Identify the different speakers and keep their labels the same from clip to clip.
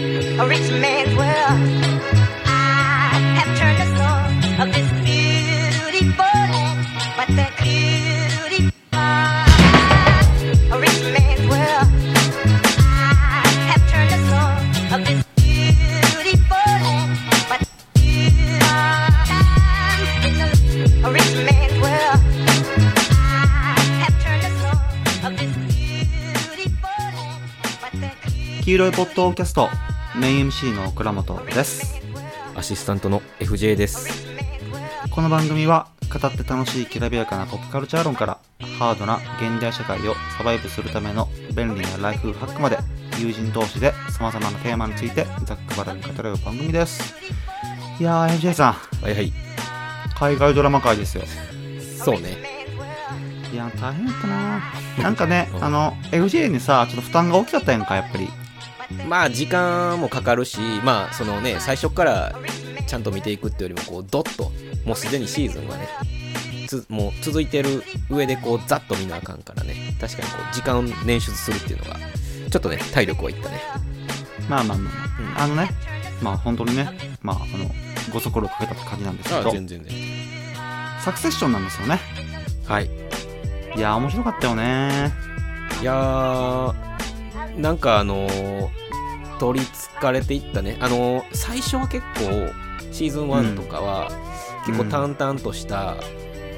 Speaker 1: a rich man's world. I have turned the soul of this beautiful land, but that beautiful a rich man's world. I have turned the soul of this beautiful land, but beautiful a rich man's world. I have turned the soul of this beautiful land, but that.
Speaker 2: 黄色いポッドキャストメイン MC の倉本です
Speaker 3: アシスタントの FJ です。
Speaker 2: この番組は語って楽しいきらびやかなポップカルチャー論からハードな現代社会をサバイブするための便利なライフハックまで友人同士で様々なテーマについてざっくばらんに語られる番組ですいやー FJ さん
Speaker 3: はいはい。
Speaker 2: 海外ドラマ界ですよ
Speaker 3: そうね。
Speaker 2: いやー大変だったなーなんかね
Speaker 3: うん
Speaker 2: あの FJ にさちょっと負担が大きかったやんかやっぱり
Speaker 3: まあ時間もかかるし、まあそのね、最初からちゃんと見ていくっていうよりも、こう、ドッと、もうすでにシーズンがね、つもう続いてる上で、こう、ざっと見なあかんからね、確かにこう、時間を捻出するっていうのが、ちょっとね、体力はいったね。
Speaker 2: まあまあまあ、
Speaker 3: うん
Speaker 2: まあ、あのねまあ本当にねまああのご足労かけたって感じなんですけ
Speaker 3: あ
Speaker 2: ど
Speaker 3: 全然全然。
Speaker 2: サクセッションなんですよね
Speaker 3: はい。
Speaker 2: いやー面白かったよね
Speaker 3: いやー、なんかあのー取りつかれていったね。あのー最初は結構、シーズン1とかは、
Speaker 2: うん
Speaker 3: 結構淡々とした、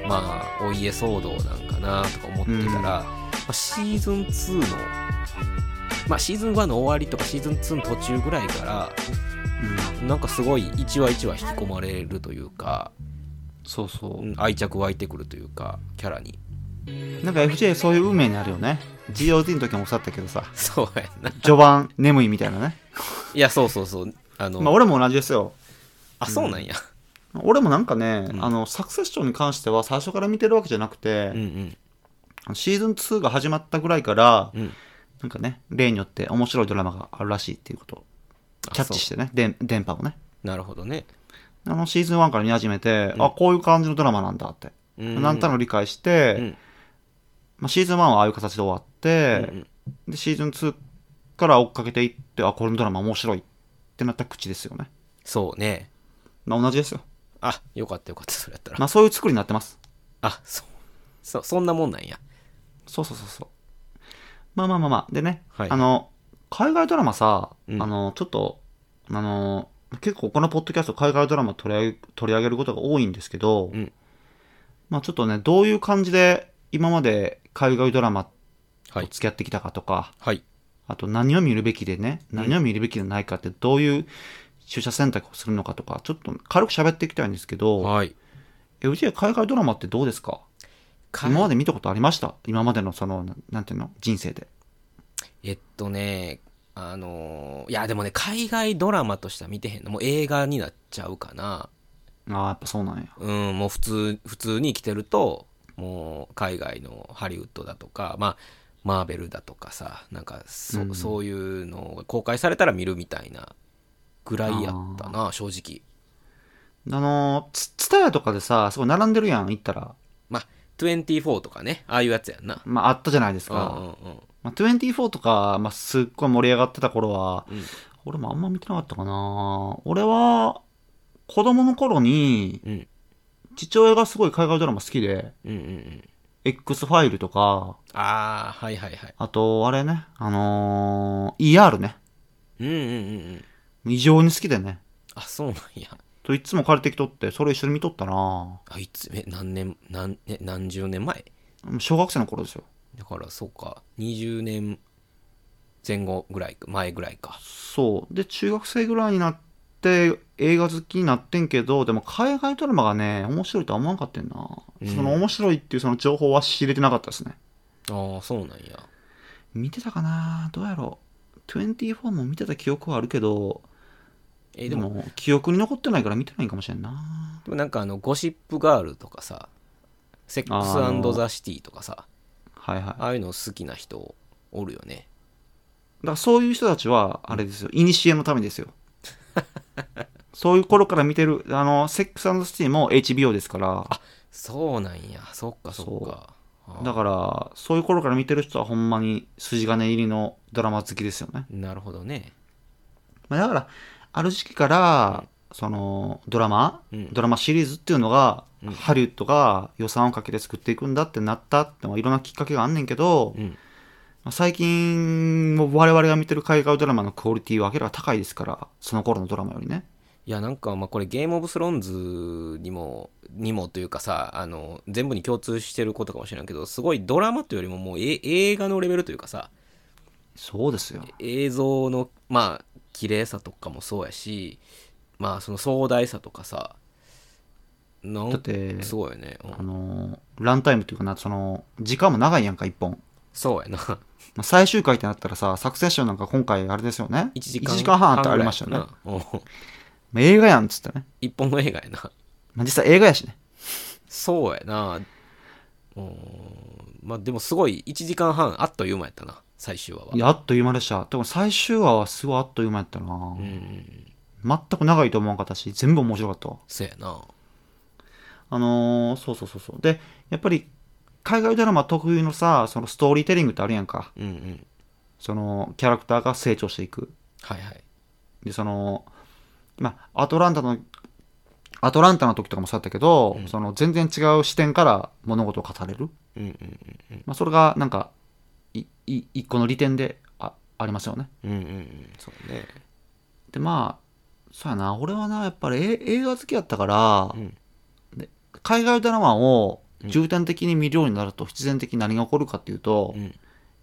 Speaker 3: まあ、お家騒動なんかなとか思ってたら、
Speaker 2: うん
Speaker 3: まあシーズン2の、まあ、シーズン1の終わりとか、シーズン2の途中ぐらいから、
Speaker 2: うん
Speaker 3: なんかすごい、一話一話引き込まれるというか、
Speaker 2: そうそうう。
Speaker 3: ん愛着湧いてくるというか、キャラに。
Speaker 2: なんか FJ そういう運命にあるよね。GOT の時もおっしゃったけどさ、
Speaker 3: そうやな。
Speaker 2: 序盤眠いみたいなね。
Speaker 3: いや、そうそうそう。あの、
Speaker 2: まあ俺も同じですよ。
Speaker 3: あ、そうなんや。
Speaker 2: 俺もなんかね、
Speaker 3: うん
Speaker 2: あの、サクセッションに関しては最初から見てるわけじゃなくて、
Speaker 3: うんうん。
Speaker 2: シーズン2が始まったぐらいから、
Speaker 3: うん
Speaker 2: なんかね、例によって面白いドラマがあるらしいっていうことを
Speaker 3: あ
Speaker 2: キャッチしてね、でん電波をね。
Speaker 3: なるほどね。
Speaker 2: あの、シーズン1から見始めて、
Speaker 3: うん
Speaker 2: あ、こういう感じのドラマなんだって。なんとなく理解して、
Speaker 3: うん
Speaker 2: まあ、シーズン1はああいう形で終わって、
Speaker 3: うんうん
Speaker 2: でシーズン2から追っかけていってあこのドラマ面白いってなった口ですよね、
Speaker 3: そうね。
Speaker 2: まあ、同じですよ、
Speaker 3: あ、よかったよかった、それやったら。
Speaker 2: まあ、そういう作りになってます
Speaker 3: あ、そう。そ、そんなもんなんや。
Speaker 2: そうそうそうそうまあまあまあまあでね、
Speaker 3: はい
Speaker 2: あの海外ドラマさ、
Speaker 3: うん
Speaker 2: あのちょっとあの結構このポッドキャスト海外ドラマ取り上げ取り上げることが多いんですけど、
Speaker 3: うん
Speaker 2: まあちょっとねどういう感じで今まで海外ドラマ
Speaker 3: は
Speaker 2: と
Speaker 3: い。
Speaker 2: 付き合ってきたかとか、
Speaker 3: はい。
Speaker 2: あと何を見るべきでね、何を見るべきでないかってどういう取捨選択をするのかとか、ちょっと軽く喋っていきたいんですけど、
Speaker 3: はい。
Speaker 2: え、うちは海外ドラマってどうですか
Speaker 3: か
Speaker 2: 今まで見たことありました今までのその、ななんていうの人生で。
Speaker 3: えっとね、あのーいや、でもね、海外ドラマとしては見てへんの。もう映画になっちゃうかな。
Speaker 2: ああ、やっぱそうなんや。
Speaker 3: うん、もう普通、普通に生きてると、もう海外のハリウッドだとか、まあ、マーベルだとかさ、なんかそ、
Speaker 2: うん
Speaker 3: そういうのが公開されたら見るみたいなぐらいやったな、正直。
Speaker 2: あのー、ツツタヤとかでさ、すごい並んでるやん、行ったら。
Speaker 3: まあ、24とかね、ああいうやつやんな。
Speaker 2: まあ、あったじゃないです
Speaker 3: うんうん
Speaker 2: か。
Speaker 3: うん。
Speaker 2: まあ、24とか、まあ、すっごい盛り上がってた頃は、
Speaker 3: うん
Speaker 2: 俺もあんま見てなかったかな。俺は、子供の頃に、
Speaker 3: うん
Speaker 2: 父親がすごい海外ドラマ好きで、
Speaker 3: うんうんうん。
Speaker 2: X ファイルとか、
Speaker 3: ああ、はいはいはい。
Speaker 2: あと、あれね、あのー ER ね。
Speaker 3: うんうんうんうん。
Speaker 2: 異常に好きでね。
Speaker 3: あ、そうなんや。
Speaker 2: と、いつも借りてきとって、それ一緒に見とったなも
Speaker 3: あいつ、え、何年、何、え、何十年前
Speaker 2: う小学生の頃ですよ。
Speaker 3: だからそうか、20年前後ぐらいか、前ぐらいか。
Speaker 2: そう。で、中学生ぐらいになって、映画好きになってんけど、でも海外ドラマがね、面白いとは思わんかってんな。
Speaker 3: うん
Speaker 2: その面白いっていうその情報は知れてなかったですね。
Speaker 3: ああ、そうなんや。
Speaker 2: 見てたかなどうやろう。24も見てた記憶はあるけど、
Speaker 3: え、
Speaker 2: で
Speaker 3: で
Speaker 2: も
Speaker 3: も、
Speaker 2: 記憶に残ってないから見てないかもしれんな。
Speaker 3: でもなんかあの、ゴシップガールとかさ、セック
Speaker 2: あーあの
Speaker 3: スザ・シティとかさ、
Speaker 2: はいはい。
Speaker 3: ああいうの好きな人おるよね。
Speaker 2: だからそういう人たちは、あれですよ、いにしえのためですよ。 そういう頃から見てる、あの、セックスシティも HBO ですから、
Speaker 3: そうなんや。そっかそっか。あー
Speaker 2: だから、そういう頃から見てる人はほんまに筋金入りのドラマ好きですよね。
Speaker 3: なるほどね。
Speaker 2: まあ、だから、ある時期から、その、ドラマ、
Speaker 3: うん
Speaker 2: ドラマシリーズっていうのが、
Speaker 3: うん
Speaker 2: ハリウッドが予算をかけて作っていくんだってなったってのはいろんなきっかけがあんねんけど、
Speaker 3: うん
Speaker 2: まあ最近、我々が見てる海外ドラマのクオリティは明らかに高いですから、その頃のドラマよりね。
Speaker 3: いやなんかまあこれゲームオブスローンズにもにもというかさあの全部に共通してることかもしれないけどすごいドラマというよりももうえ映画のレベルというかさ
Speaker 2: そうですよ。
Speaker 3: 映像のまあ綺麗さとかもそうやしまあその壮大さとかさなん
Speaker 2: だって
Speaker 3: すごいよね、うん
Speaker 2: あの、ランタイムっていうかな、その、時間も長いやんか、一本。
Speaker 3: そうやな 1
Speaker 2: まあ最終回ってなったらさ、サクセッションなんか今回あれですよね。
Speaker 3: 時間
Speaker 2: 一半あってありましたよね。
Speaker 3: ぐらいかなうん
Speaker 2: まあ映画やんっつってね。
Speaker 3: 一本の映画やな
Speaker 2: まあ、実際映画やしね。
Speaker 3: そうやなうんまあでもすごい1時間半あっという間やったな最終話はい
Speaker 2: や、あっという間でした。でも最終話はすごいあっという間やったな
Speaker 3: う。ん
Speaker 2: 全く長いと思わんかったし、全部面白かったわ。
Speaker 3: そうやな
Speaker 2: あのーそうそうそうそう。で、やっぱり、海外ドラマ特有のさ、そのストーリーテリングってあるやんか。
Speaker 3: うんうん
Speaker 2: その、キャラクターが成長していく。
Speaker 3: はいはい
Speaker 2: で、その、まあ、アトランタの、アトランタの時とかもそうだったけど、
Speaker 3: うん
Speaker 2: その全然違う視点から物事を語れる。
Speaker 3: うんうん
Speaker 2: まあ、それがなんか、い、い、一個の利点で、あ、ありますよね。
Speaker 3: うんうんうんうんそうね
Speaker 2: でまあそうやな俺はなやっぱりえ映画好きやったから、
Speaker 3: うん
Speaker 2: 海外ドラマを重点的に見るようになると必然的に何が起こるかっていうと、
Speaker 3: うん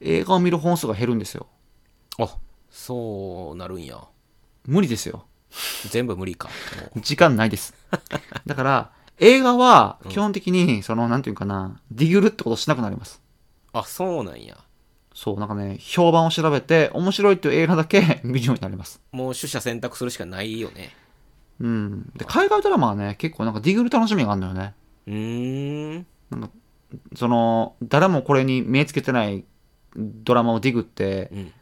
Speaker 2: 映画を見る本数が減るんですよ
Speaker 3: あそうなるんや
Speaker 2: 無理ですよ
Speaker 3: 全部無理かもう
Speaker 2: 時間ないですだから映画は基本的にその、なんていうかなディグルってことしなくなります
Speaker 3: あそうなんや
Speaker 2: そうなんかね評判を調べて面白いっていう映画だけ 見るようになります
Speaker 3: もう取捨選択するしかないよね
Speaker 2: うんで海外ドラマはね結構なんかディグル楽しみがあるのよね
Speaker 3: うーん
Speaker 2: その誰もこれに目つけてないドラマをディグって
Speaker 3: うん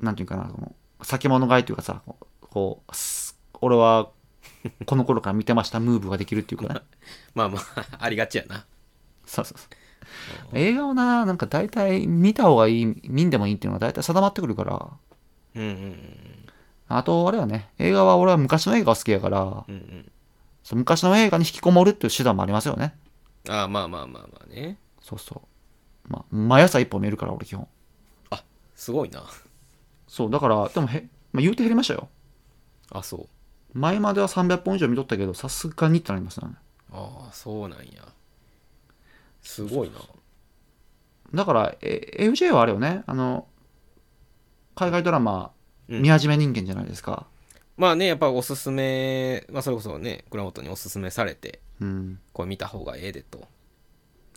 Speaker 2: なんていうかなその酒物買いというかさこうこうす俺はこの頃から見てましたムーブができるっていうかね
Speaker 3: まあまあ ありがちやな
Speaker 2: そうそうそう映画をななんか大体見た方がいい見んでもいいっていうのが大体定まってくるから
Speaker 3: うんうん
Speaker 2: あとあれはね映画は俺は昔の映画が好きやから
Speaker 3: うんうん
Speaker 2: そう昔の映画に引きこもるっていう手段もありますよね
Speaker 3: うんあまあまあまあまあね
Speaker 2: そうそうまあ毎朝一本見るから俺基本
Speaker 3: あすごいな
Speaker 2: そうだからでもへ、まあ、言うて減りましたよ
Speaker 3: あそう
Speaker 2: 前までは300本以上見とったけどさすがにってなりますね
Speaker 3: ああそうなんやすごいな
Speaker 2: だからえ FJ はあれよねあの海外ドラマ
Speaker 3: うん
Speaker 2: 見始め人間じゃないですか
Speaker 3: まあねやっぱおすすめ、まあ、それこそね倉本におすすめされて
Speaker 2: うん、
Speaker 3: これ見た方がええでと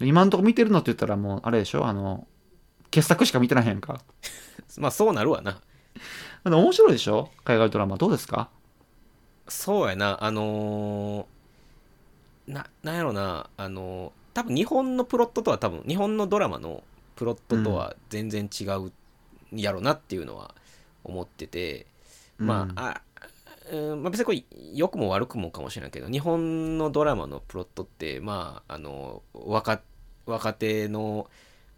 Speaker 2: 今んとこ見てるのって言ったらもうあれでしょあの傑作しか見てないやんか
Speaker 3: まあそうなるわな
Speaker 2: でも面白いでしょ海外ドラマどうですか
Speaker 3: そうやなあのーななんやろなあのー多分日本のプロットとは多分日本のドラマのプロットとは全然違うやろなっていうのは思ってて、ま
Speaker 2: うん
Speaker 3: あ、あうんまあ、別にこれ良くも悪くもかもしれないけど日本のドラマのプロットってまああの若若手の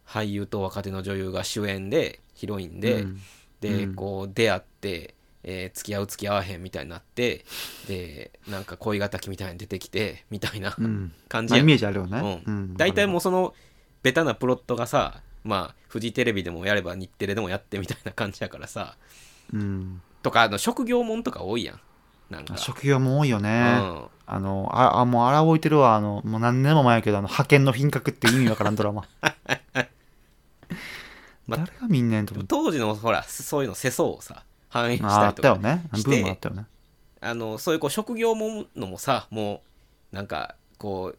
Speaker 3: 俳優と若手の女優が主演でヒロインで、
Speaker 2: うん
Speaker 3: で、
Speaker 2: うん
Speaker 3: こう出会って、えー付き合う付き合わへんみたいになってでなんか恋敵みたいに出てきてみたいな
Speaker 2: うん
Speaker 3: 感じ
Speaker 2: まあ、
Speaker 3: や
Speaker 2: イメージあるよね、
Speaker 3: うん大体も
Speaker 2: う
Speaker 3: うそのベタなプロットがさまあフジテレビでもやれば日テレでもやってみたいな感じやからさ
Speaker 2: うん、
Speaker 3: とかあの職業もんとか多いやんなんか
Speaker 2: あ職業も多いよ
Speaker 3: う
Speaker 2: ね、
Speaker 3: ん
Speaker 2: あのああもうあら置いてるわあのもう何年も前やけどあの派遣の品格って意味わからんドラマ
Speaker 3: ま
Speaker 2: 誰が見んねんと思って
Speaker 3: 当時のほらそういうの世相をさ反映し
Speaker 2: あ
Speaker 3: た
Speaker 2: あっ
Speaker 3: りと
Speaker 2: た
Speaker 3: か
Speaker 2: よね。ブ
Speaker 3: して
Speaker 2: ームあったよね。
Speaker 3: あのそういうこう職業もんのもさもうなんかこ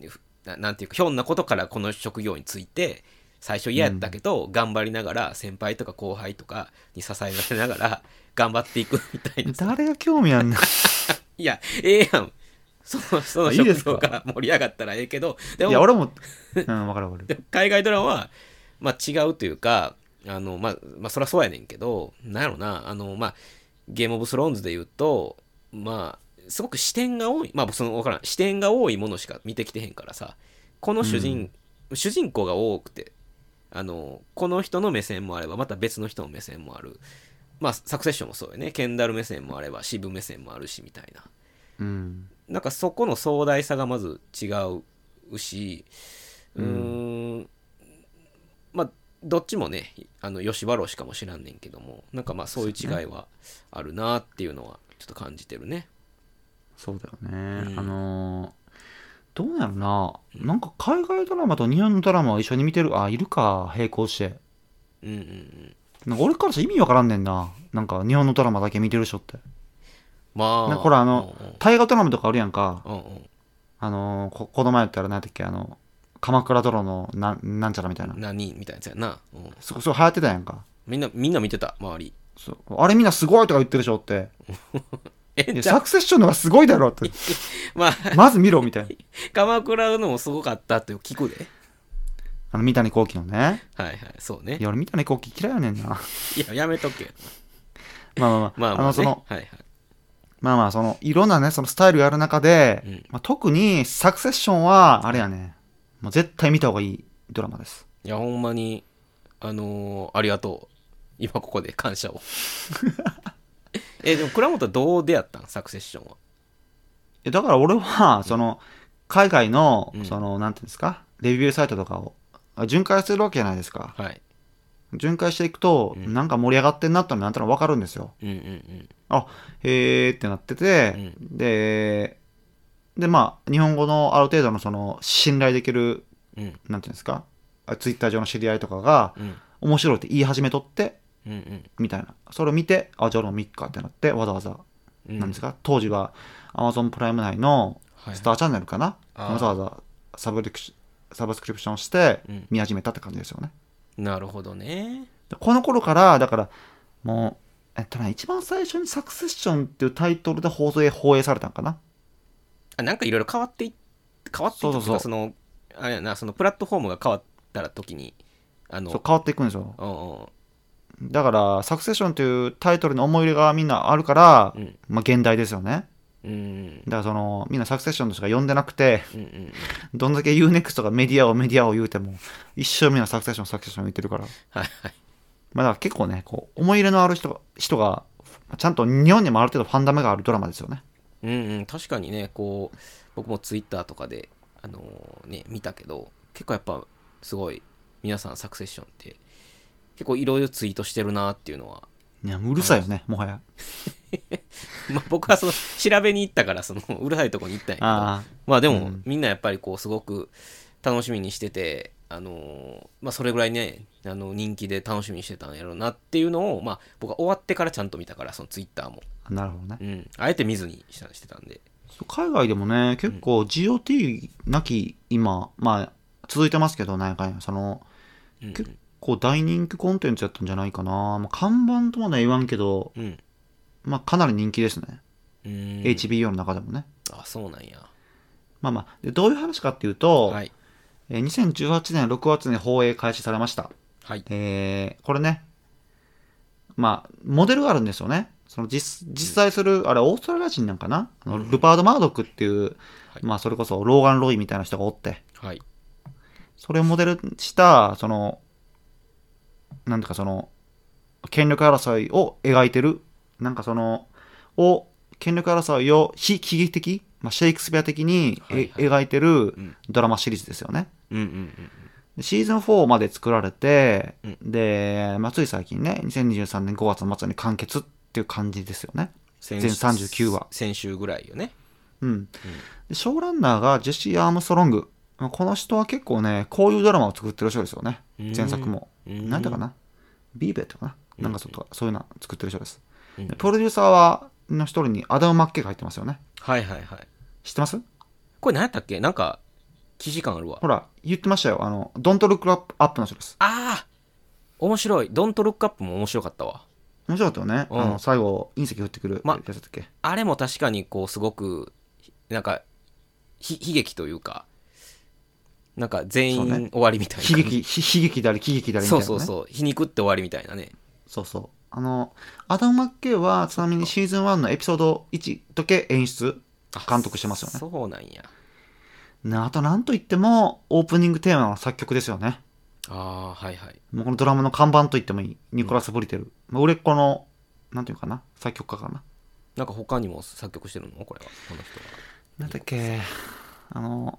Speaker 3: うふななんていうかひょんなことからこの職業について最初嫌やったけど、頑張りながら先輩とか後輩とかに支えられながら頑張っていくみたいなさ
Speaker 2: 誰が興味あんねん
Speaker 3: いやええやんそのその
Speaker 2: いい
Speaker 3: 職
Speaker 2: ですか
Speaker 3: 業が盛り上がったらええけど で
Speaker 2: いや、
Speaker 3: も
Speaker 2: 俺も、うん、わかるわかる。
Speaker 3: 海外ドラマは、まあ、違うというかあの、まあ、まあそりゃそうやねんけどなんやろなあの、まあ、ゲームオブスローンズで言うとまあすごく視点が多いまあそのわからん視点が多いものしか見てきてへんからさこの主人、主人公が多くてあのこの人の目線もあればまた別の人の目線もあるまあ、サクセッションもそうよね。ケンダル目線もあれば、シブ目線もあるし、みたいな。
Speaker 2: うん。
Speaker 3: なんかそこの壮大さがまず違うし、うーん、まあ、どっちもね、あの、吉原氏かもしらんねんけども、なんかまあそういう違いはあるなっていうのは、ちょっと感じてるね。
Speaker 2: そうだよね。
Speaker 3: うん
Speaker 2: あのーどうやろな。なんか海外ドラマと日本のドラマを一緒に見てる、あ、いるか、並行して。
Speaker 3: うんうんうん。
Speaker 2: なんか俺からしたら意味わからんねんな。なんか日本のドラマだけ見てる人って。
Speaker 3: まあ、
Speaker 2: なほらあの
Speaker 3: うんうん
Speaker 2: 大河ドラマとかあるやんか。
Speaker 3: うんうん
Speaker 2: あのーこ、この前やったら何だっけ、あの、鎌倉殿のなんなんちゃらみたいな。
Speaker 3: 何みたいなやつやな、うん
Speaker 2: すごい流行ってたやんか。
Speaker 3: みんなみんな見てた周り
Speaker 2: そうあれみんなすごいとか言ってるでしょって。い
Speaker 3: え
Speaker 2: や
Speaker 3: じゃ
Speaker 2: サ
Speaker 3: あ
Speaker 2: クセッションの方がすごいだろ って。
Speaker 3: まあ
Speaker 2: まず見ろみたいな。
Speaker 3: 鎌倉のもすごかったって聞くで
Speaker 2: あの、三谷幸喜のね。
Speaker 3: はいはいそうね
Speaker 2: いや、俺三谷幸喜嫌いやねんな。まあ
Speaker 3: いややめとけ
Speaker 2: まあまあ。
Speaker 3: まあ
Speaker 2: あ
Speaker 3: まあ、ね、
Speaker 2: の、その、
Speaker 3: はいはい
Speaker 2: まあまあ、その、いろんなね、そのスタイルがある中で、
Speaker 3: うん
Speaker 2: まあ、特にサクセッションは、あれやね、もう絶対見た方がいいドラマです。
Speaker 3: いやほんまにあのーありがとう今ここで 感謝をえでも倉本はどう出会ったんサクセッションは
Speaker 2: えだから俺は、その、海外の
Speaker 3: う、ん
Speaker 2: その、なんていうんですか、レビューサイトとかを、あ巡回するわけじゃないですか。
Speaker 3: はい
Speaker 2: 巡回していくと、
Speaker 3: うん
Speaker 2: なんか盛り上がってんなってのなんとなくわかるんですよ。
Speaker 3: うんうんうん
Speaker 2: へーってなってて、で、で、まあ、日本語のある程度のその、信頼できる、
Speaker 3: うん
Speaker 2: なんていうんですか、ツイッター上の知り合いとかが、
Speaker 3: うん
Speaker 2: 面白いって言い始めとって、
Speaker 3: うんうん
Speaker 2: みたいな。それを見て、あ、じゃあ俺も見っかってなって、わざわざ、
Speaker 3: うん
Speaker 2: なんですか、当時は Amazon プライム内の
Speaker 3: はい
Speaker 2: スターチャンネルかな、
Speaker 3: あー
Speaker 2: わざわざサブリクシサブスクリプションして
Speaker 3: うん
Speaker 2: 見始めたって感じですよね。
Speaker 3: なるほどね
Speaker 2: でこの頃から、だから、もう、えっとね、一番最初にサクセッションっていうタイトルで放送へ放映されたんかな
Speaker 3: あなんかいろいろ変わってい変わっていったという
Speaker 2: そうそ
Speaker 3: かそ
Speaker 2: うそう
Speaker 3: のあれやなそのプラットフォームが変わったら時にあの
Speaker 2: そう、変わっていくんですよ。
Speaker 3: うんうん
Speaker 2: だから、サクセッションというタイトルの思い入れがみんなあるから、
Speaker 3: うん
Speaker 2: まあ、現代ですよね。
Speaker 3: うん
Speaker 2: だから、その、みんなサクセッションとしか呼んでなくて、
Speaker 3: うんうん
Speaker 2: どんだけ UNEXT がメディアをメディアを言うても、一生みんなサクセッションサクセッション言ってるから。
Speaker 3: はいはい
Speaker 2: まあだから結構ね、こう、思い入れのある人が、人が、ちゃんと日本にもある程度ファンダムがあるドラマですよね。
Speaker 3: うんうん確かにねこう僕もツイッターとかであのーね見たけど結構やっぱすごい皆さんサクセッションって結構いろいろツイートしてるなっていうのは、
Speaker 2: いや、もううるさいよね、もはや。
Speaker 3: まあ、僕はその調べに行ったからそのうるさいとこに行ったんやけど
Speaker 2: あ
Speaker 3: まあでも、
Speaker 2: うん
Speaker 3: みんなやっぱりこうすごく楽しみにしてて、あのーまあ、それぐらいねあの人気で楽しみにしてたんやろうなっていうのを、まあ、僕は終わってからちゃんと見たからそのツイッターも、
Speaker 2: あ、なるほどね
Speaker 3: う。ん、あえて見ずにしたしてたんで、
Speaker 2: そう海外でもね、結構 GOT なき今、まあ、続いてますけど、なんかね、その、
Speaker 3: うん
Speaker 2: 結こう大人気コンテンツやったんじゃないかな。まあ、看板とまでは言わんけど、
Speaker 3: うん
Speaker 2: まあ、かなり人気ですね。
Speaker 3: うん
Speaker 2: HBO の中でもね。
Speaker 3: あそうなんや
Speaker 2: まあまあ、でどういう話かっていうと、
Speaker 3: はい
Speaker 2: えー2018年6月に放映開始されました。
Speaker 3: はい
Speaker 2: えーこれね、まあ、モデルがあるんですよね。その実実在する、あれ、オーストラリア人なんかな、あの
Speaker 3: うん
Speaker 2: ルパード・マードックっていう、
Speaker 3: はい
Speaker 2: まあ、それこそローガン・ロイみたいな人がおって、
Speaker 3: はい
Speaker 2: それをモデルにした、その、なんていうか、その、権力争いを描いてる、なんかその、を、権力争いを非喜劇的、まあ、シェイクスピア的に、え
Speaker 3: はいは
Speaker 2: 描
Speaker 3: い
Speaker 2: いてる
Speaker 3: うん
Speaker 2: ドラマシリーズですよね。
Speaker 3: うんうん
Speaker 2: でシーズン4まで作られて、
Speaker 3: うん
Speaker 2: で、まあ、つい最近ね、2023年5月末に完結っていう感じですよね。
Speaker 3: 全
Speaker 2: 全39話
Speaker 3: 先週ぐらいよね
Speaker 2: うん。で、ショーランナーがジェシー・アームストロング。まあこの人は結構ね、こういうドラマを作ってる人ですよね。
Speaker 3: うん
Speaker 2: 前作も。
Speaker 3: うん
Speaker 2: なんだかなビーベットかななんかちょっと、そういうの作ってる人です。
Speaker 3: うん
Speaker 2: でプロデューサーは、の一人にアダム・マッケイが入ってますよね。
Speaker 3: はいはいはい
Speaker 2: 知ってます
Speaker 3: これ何やったっけなんか記事感あるわ
Speaker 2: ほら、言ってましたよ。あの、ドント・ルック・アップアップの人です。
Speaker 3: ああ面白い「ドントルックアップも面白かったわ
Speaker 2: 面白かったよね。
Speaker 3: うん
Speaker 2: あの、最後、隕石降ってくる
Speaker 3: ま
Speaker 2: やつだっけ、
Speaker 3: あれも確かにこうすごくなんかひ悲劇というかなんか全
Speaker 2: そう
Speaker 3: 員
Speaker 2: ね
Speaker 3: 終わりみたいな
Speaker 2: 悲劇、ひ悲劇であり、喜劇でありみたい
Speaker 3: そ
Speaker 2: な、
Speaker 3: う
Speaker 2: ね。
Speaker 3: そうそう皮肉って終わりみたいなね
Speaker 2: そうそう。あの、アダム・マッケイは、ちなみにシーズン1のエピソード1だけ演出、
Speaker 3: あ
Speaker 2: 監督してますよね。
Speaker 3: そうなんや
Speaker 2: ねあと、なんといっても、オープニングテーマの作曲ですよね。
Speaker 3: ああはいはい
Speaker 2: もうこのドラマの看板といってもいい。ニコラス・ブリテル。まあ売れっ子のなんていうかな作曲家かな
Speaker 3: なんか他にも作曲してるのこれはこの人は
Speaker 2: なんだっけあの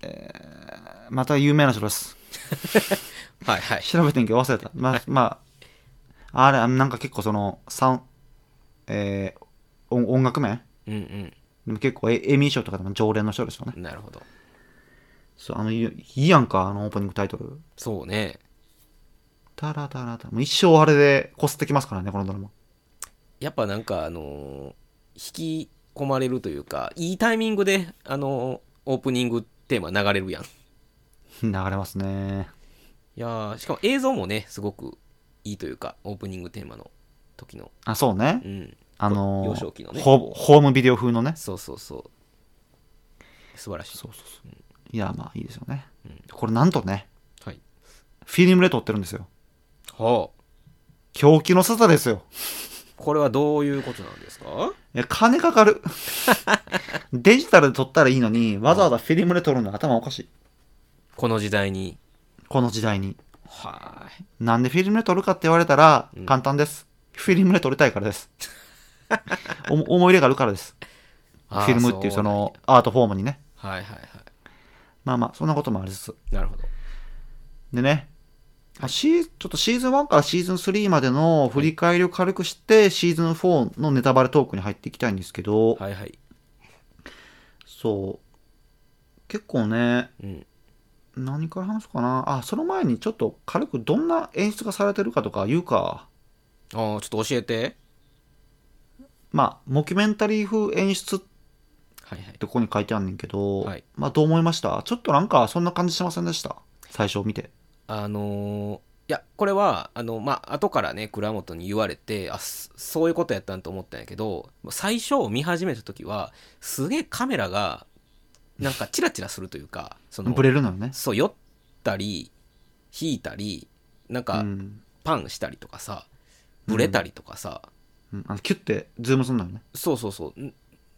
Speaker 2: えー、また有名な人です
Speaker 3: はいはい
Speaker 2: 調べてんけど忘れたまあまああれなんか結構そのサウンえー、音音楽面
Speaker 3: うん
Speaker 2: でも結構エエミー賞とかでも常連の人ですよね
Speaker 3: うんなるほど
Speaker 2: そうあのいいいやんかあのオープニングタイトル
Speaker 3: そうね
Speaker 2: タラタラタラもう一生あれでこすってきますからねこのドラマ
Speaker 3: やっぱなんかあのー引き込まれるというかいいタイミングであのーオープニングテーマ流れるやんい
Speaker 2: 流れますね
Speaker 3: やーしかも映像もねすごくいいというかオープニングテーマの時の
Speaker 2: あそうね
Speaker 3: うん
Speaker 2: あのー
Speaker 3: 幼少期のね
Speaker 2: ホホームビデオ風のね
Speaker 3: そうそうそう素晴らしい
Speaker 2: そうそうそういやまあいいですよね、
Speaker 3: うん
Speaker 2: これなんとね
Speaker 3: はい
Speaker 2: フィルムで撮ってるんですよ
Speaker 3: はあ
Speaker 2: 狂気の沙汰ですよ
Speaker 3: これはどういうことなんですか
Speaker 2: いや金かか るデジタルで撮ったらいいのにわざわざフィルムで撮るの頭おかしい
Speaker 3: この時代に
Speaker 2: この時代に
Speaker 3: はーい
Speaker 2: なんでフィルムで撮るかって言われたら
Speaker 3: うん
Speaker 2: 簡単です、フィルムで撮りたいからです おも思い入れがあるからですフ
Speaker 3: あー
Speaker 2: ィルムっていうそのアートフォームにね
Speaker 3: そうなんやはいはいは
Speaker 2: まあまあそんなこともありつつ
Speaker 3: いなるほど
Speaker 2: でね、まあシーちょっとシーズン1からシーズン3までの振り返りを軽くして、シーズン4のネタバレトークに入っていきたいんですけど、
Speaker 3: はいはい
Speaker 2: そう。結構ね、
Speaker 3: うん
Speaker 2: 何から話すかな。あ、その前にちょっと軽くどんな演出がされてるかとか言うか。
Speaker 3: ああちょっと教えて
Speaker 2: まあ、モキュメンタリー風演出って
Speaker 3: はいはい
Speaker 2: ここに書いてあんねんけど、
Speaker 3: はい
Speaker 2: まあどう思いましたちょっとなんかそんな感じしませんでした最初見て。
Speaker 3: あのーいやこれはあのまあ後からね倉本に言われてあそそういうことやったんと思ったんやけど最初見始めた時はすげえカメラがなんかチラチラするというかその
Speaker 2: ブレるのよね。
Speaker 3: そう酔ったり引いたりなん
Speaker 2: う
Speaker 3: か
Speaker 2: ん。
Speaker 3: パンしたりとかさ、ブレたりとかさ、
Speaker 2: うんあのキュッてズームすんのよね。
Speaker 3: そうそうそうん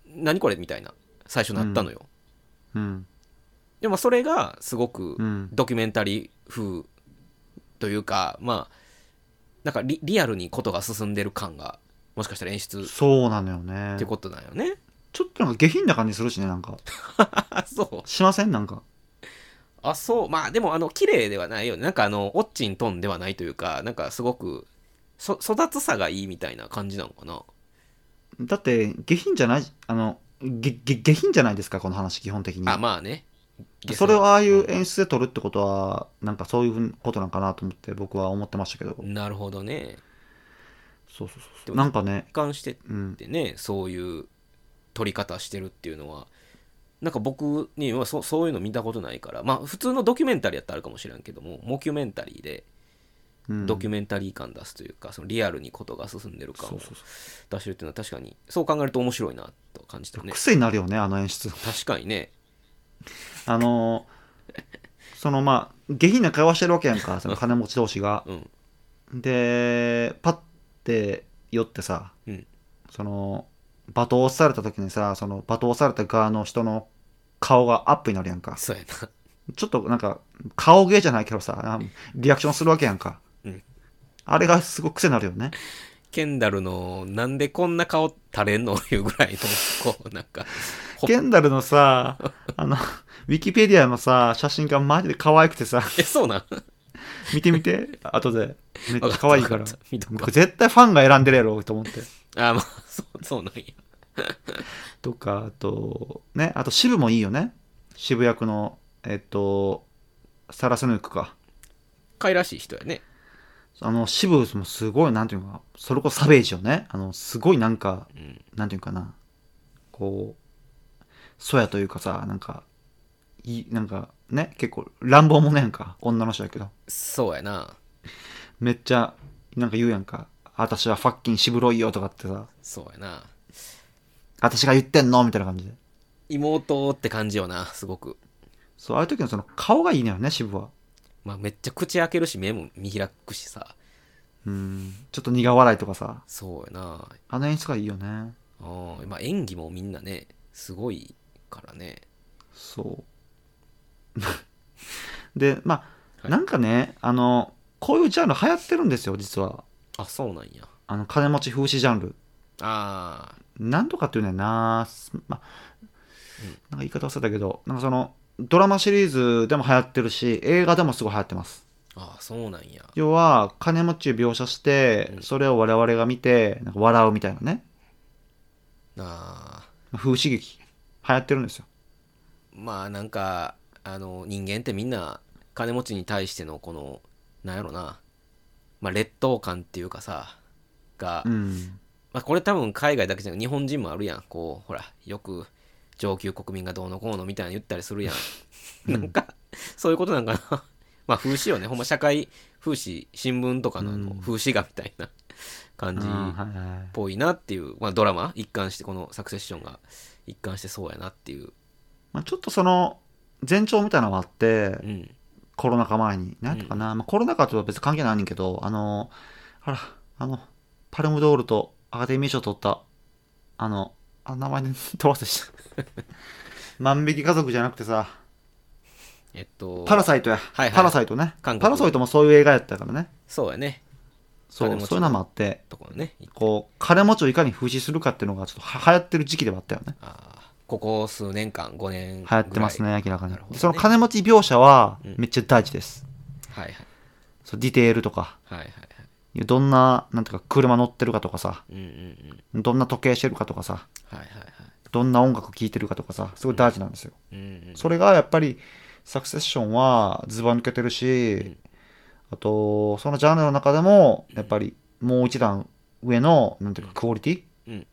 Speaker 3: 何これみたいな最初なったのよ、
Speaker 2: うん。
Speaker 3: でもそれがすごく
Speaker 2: うん。
Speaker 3: ドキュメンタリー風というかまあなんかリリアルにことが進んでる感がもしかしたら演出
Speaker 2: そうなのよね
Speaker 3: っ。てことなんよね。
Speaker 2: ちょっとなんか下品な感じするしね、なんか。
Speaker 3: あそう
Speaker 2: しませんなんか。
Speaker 3: あそうまあでもあの綺麗ではないよねなんかあのオッチントンではないというかなんかすごくそ育つさがいいみたいな感じなのかな。
Speaker 2: だって、下品じゃない、あの、げげ下品じゃないですか、この話、基本的に。
Speaker 3: あまあね。
Speaker 2: それをああいう演出で撮るってことは、なんかそういうふうなことなんかなと思って、僕は思ってましたけど。
Speaker 3: なるほどね。
Speaker 2: そうそうそう
Speaker 3: で
Speaker 2: そう。
Speaker 3: も
Speaker 2: なんかね、
Speaker 3: 俯瞰してっ
Speaker 2: うん。
Speaker 3: てねそういう撮り方してるっていうのはなんか僕にはそそういうの見たことないからまあ普通のドキュメンタリーやったらあるかもしれんけどもモキュメンタリーで
Speaker 2: うん、
Speaker 3: ドキュメンタリー感出すというか、そのリアルにことが進んでる感
Speaker 2: そ
Speaker 3: を
Speaker 2: うそうそ
Speaker 3: 出してるっていうのは確かにそう考えると面白いなと感じた
Speaker 2: う。
Speaker 3: ね
Speaker 2: 癖になるよね、あの演出。
Speaker 3: 確かにね
Speaker 2: あのーそのまあ、下品な会話してるわけやんか、その金持ち同士が。
Speaker 3: うん
Speaker 2: で、パッて寄ってさ、
Speaker 3: うん
Speaker 2: その、罵倒された時にさ、その罵倒された側の人の顔がアップになるやんか。
Speaker 3: そうやな
Speaker 2: ちょっとなんか、顔芸じゃないけどさ、あリアクションするわけやんか。
Speaker 3: うん
Speaker 2: あれがすごく癖になるよね。
Speaker 3: ケンダルのなんでこんな顔垂れんのいうぐらいのこうなんかほっ
Speaker 2: ケンダルの さ、あの、ウィキペディアのさ、写真がマジで可愛くてさ、
Speaker 3: えそうなん
Speaker 2: 見てみて、後で。めっちゃ 可愛いから
Speaker 3: わ。ったわった見とこ
Speaker 2: 僕絶対ファンが選んでるやろうと思って。
Speaker 3: うあまあそうそうなんや
Speaker 2: とか、あと、ね、あと渋もいいよね。渋役の、えっと、サラスヌークか。
Speaker 3: 可愛らしい人やね
Speaker 2: あの、渋もすごい、なんていうのか、それこそサベージよね。あの、すごいなんか、
Speaker 3: うん
Speaker 2: なんていうかな、こう、そやというかさ、なんか、いなんかね、結構乱暴もねやんか、女の人やけど。
Speaker 3: そうやな
Speaker 2: めっちゃ、なんか言うやんか、私はファッキン渋ろいよとかってさ、
Speaker 3: そうやな
Speaker 2: 私が言ってんのみたいな感じで。
Speaker 3: 妹って感じよなすごく
Speaker 2: そう、ああいう時のその顔がいいのよね、渋は。
Speaker 3: まあめっちゃ口開けるし目も見開くしさ
Speaker 2: うん、ちょっと苦笑いとかさ、
Speaker 3: そうやな
Speaker 2: あの演出がいいよね。
Speaker 3: ああまあ演技もみんなねすごいからね
Speaker 2: そう。 で、まあ、
Speaker 3: はい
Speaker 2: なんかね、あの、こういうジャンル流行ってるんですよ、実は。
Speaker 3: あそうなんや
Speaker 2: あの、金持ち風刺ジャンル。
Speaker 3: あ
Speaker 2: なんとかっていうんだよな、すまなんか言い方忘れたけど、なんかその、ドラマシリーズでも流行ってるし、映画でもすごい流行ってます。
Speaker 3: ーあーそうなんや
Speaker 2: 要は、金持ちを描写して
Speaker 3: う、ん
Speaker 2: それを我々が見て、なんか笑うみたいなね。
Speaker 3: あー
Speaker 2: 風刺劇。流行ってるんですよ。
Speaker 3: まあなんかあの人間ってみんな金持ちに対してのこのなんやろな、まあ、劣等感っていうかさが、
Speaker 2: うん。
Speaker 3: まあ、これ多分海外だけじゃなく日本人もあるやんこうほらよく上級国民がどうのこうのみたいに言ったりするやんなんかそういうことなんかな まあ風刺よねほんま社会風刺新聞とかのあの
Speaker 2: うん
Speaker 3: 風刺画みたいな感じ
Speaker 2: うん
Speaker 3: っ
Speaker 2: はいはい
Speaker 3: ぽいなっていう、まあ、ドラマ一貫してこのサクセッションが一貫してそうやなっていう、
Speaker 2: まあ、ちょっとその、前兆みたいなのがあって
Speaker 3: う、ん、
Speaker 2: コロナ禍前に。なんとかな、まあ、コロナ禍とは別に関係ないねんけど、あの、あら、あの、パルムドールとアカデミー賞取った、あの、あ、名前に 飛ばせした。 万引き家族じゃなくてさ、
Speaker 3: えっと
Speaker 2: パラサイトや。
Speaker 3: はい
Speaker 2: パラサイトね。パ
Speaker 3: 韓国
Speaker 2: ラサイトもそういう映画やったからね。
Speaker 3: そうやね
Speaker 2: そ
Speaker 3: 金
Speaker 2: う、
Speaker 3: 持ち
Speaker 2: そういうのもあって、
Speaker 3: ところね
Speaker 2: こう、金持ちをいかに風刺するかっていうのがちょっとは流行ってる時期ではあったよね。
Speaker 3: あーここ数年間5年
Speaker 2: 流行ってます
Speaker 3: ぐら
Speaker 2: ね、
Speaker 3: い
Speaker 2: 明らかに。
Speaker 3: なるほどね
Speaker 2: その金持ち描写は
Speaker 3: うん
Speaker 2: めっちゃ大事です。
Speaker 3: はいはい
Speaker 2: そうディテールとか、
Speaker 3: はいはいはい
Speaker 2: どんな、なんていうか車乗ってるかとかさ、
Speaker 3: うんうんうん
Speaker 2: どんな時計してるかとかさ、
Speaker 3: はいはいはい
Speaker 2: どんな音楽聴いてるかとかさ、すごい大事なんですよ。
Speaker 3: うんうん
Speaker 2: それがやっぱり、サクセッションはズバ抜けてるし
Speaker 3: ん、
Speaker 2: あと、そのジャンルの中でも、やっぱりもう一段上の、なんていうか、クオリティ
Speaker 3: うん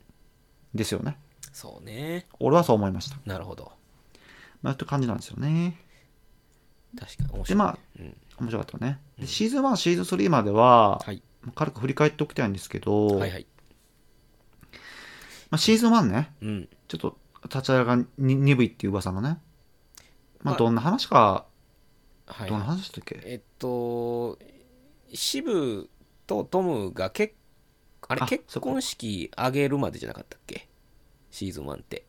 Speaker 2: ですよね。
Speaker 3: そうね。
Speaker 2: 俺はそう思いました。
Speaker 3: なるほど。
Speaker 2: まあ、という感じなんですよね。
Speaker 3: 確かに面白い、ね。
Speaker 2: でまあ
Speaker 3: うん、
Speaker 2: 面白かったね。でシーズン1、シーズン3までは、
Speaker 3: はい。
Speaker 2: 軽く振り返っておきたいんですけど、
Speaker 3: はいはい。
Speaker 2: まあ、シーズン1ね、
Speaker 3: うん。
Speaker 2: ちょっと立ち上がりがに鈍いっていう噂のね、ま
Speaker 3: ま
Speaker 2: あ、
Speaker 3: あ
Speaker 2: どんな話か、
Speaker 3: はい、
Speaker 2: どんな話だったっけ
Speaker 3: えっと、シブとトムが結あれ
Speaker 2: あ
Speaker 3: 結
Speaker 2: そこ
Speaker 3: 婚式あげるまでじゃなかったっけシーズン1って。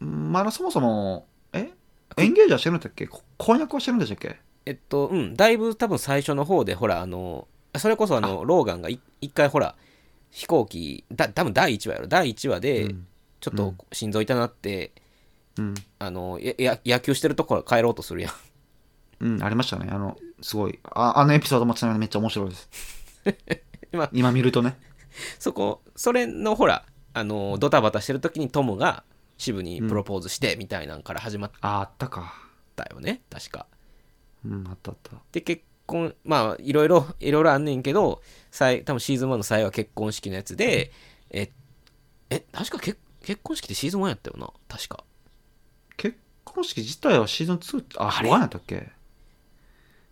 Speaker 2: まあそもそも、えエンゲージはしてるんだっけこ婚約はしてるんでしたっけ
Speaker 3: えっと、うん、だいぶ多分最初の方で、ほら、あの、それこそあの、ローガンがい一回ほら、飛行機、だ多分第1話やろ。第1話で、
Speaker 2: うん
Speaker 3: ちょっ
Speaker 2: うん
Speaker 3: と心臓痛なって、
Speaker 2: うん。
Speaker 3: あの、やや野球してるところから帰ろうとするやん。
Speaker 2: うん、ありましたね。あの、すごい。ああのエピソードもちなみにめっちゃ面白いで す。
Speaker 3: 今
Speaker 2: 今見るとね。
Speaker 3: そこ、それのほら、あの、ドタバタしてる時にトムがシブにプロポーズしてみたいなんから始まっ
Speaker 2: ああったか。
Speaker 3: たよね、確か。
Speaker 2: うん、あったあった。
Speaker 3: で、結婚、まあ、いろいろ、いろいろあんねんけど、最多分シーズン1の最後は結婚式のやつで、え、え、確か結結婚式ってシーズン1やったよな、確か。
Speaker 2: 結婚式自体はシーズン2、あ、
Speaker 3: あ
Speaker 2: あ
Speaker 3: れ
Speaker 2: れやったっけ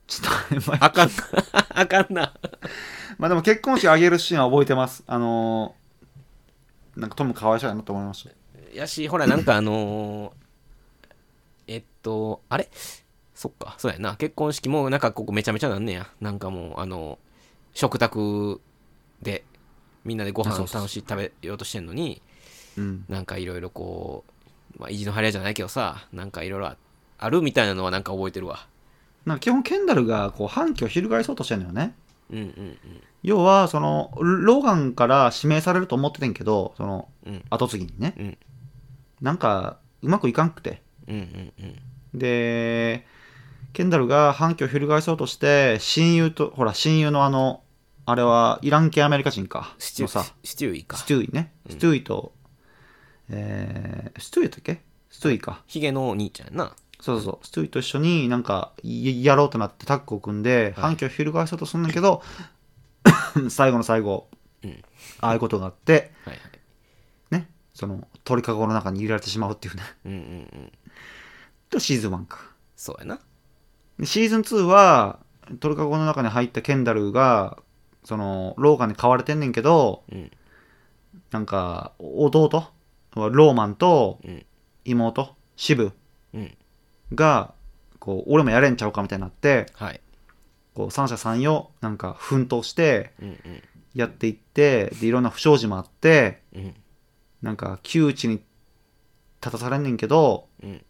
Speaker 2: ちょっとあれ前
Speaker 3: あかんな、あかんな。
Speaker 2: まあでも結婚式あげるシーンは覚えてます。あのー、なんかトムかわいそうやなと思いました。
Speaker 3: やし、ほら、なんかあのーえっと、あれそっか、そうやな。結婚式も、なんかここめちゃめちゃなんねや。なんかもう、あの食卓で、みんなでご
Speaker 2: あ
Speaker 3: 飯
Speaker 2: そうそ
Speaker 3: を
Speaker 2: うそう
Speaker 3: 楽しい食べようとしてんのに、
Speaker 2: うん。
Speaker 3: なんかいろいろこう、まあ、意地の張り合いじゃないけどさ、なんかいろいろああるみたいなのはなんか覚えてるわ。
Speaker 2: なんか基本ケンダルがこう反旗を翻そうとしてるのよね。
Speaker 3: うんうん
Speaker 2: 要は、その、ローガンから指名されると思っててんけど、その、
Speaker 3: うん。うん
Speaker 2: 後継ぎにね。
Speaker 3: うん
Speaker 2: なんか、うまくいかんくて。
Speaker 3: うんうんうん。
Speaker 2: で、ケンダルが反旗を翻そうとして、親友と、ほら、親友のあの、あれは、イラン系アメリカ人か。
Speaker 3: シチュ
Speaker 2: のさ
Speaker 3: ー、シチューイか
Speaker 2: ス。テューイね。
Speaker 3: うん
Speaker 2: ステューイと、えー、ステューイだったっけステューイか。
Speaker 3: ヒゲのお兄ちゃんやな。
Speaker 2: そうそうそう。ステューイと一緒になんか、いやろうとなってタッグを組んで、
Speaker 3: はい
Speaker 2: 反旗を翻そうとすんねんけど、 最後の最後、
Speaker 3: うん
Speaker 2: ああいうことがあって、
Speaker 3: はいはい。
Speaker 2: ね、その、鳥かごの中に入れられてしまうって いうね。
Speaker 3: うんうんうん。
Speaker 2: とシーズン1か。
Speaker 3: そうやな。
Speaker 2: でシーズン2は、トルカゴの中に入ったケンダルが、その、ローガンに買われてんねんけど、
Speaker 3: うん
Speaker 2: なんか、弟、ローマンと
Speaker 3: うん
Speaker 2: 妹、シブ
Speaker 3: うん。
Speaker 2: が、こう、俺もやれんちゃうかみたいになって、
Speaker 3: はい。
Speaker 2: こう、三者三様、なんか、奮闘して、
Speaker 3: うんうん
Speaker 2: やっていって、で、いろんな不祥事もあって、
Speaker 3: うん
Speaker 2: なんか、窮地に立たされんねんけど、
Speaker 3: うん。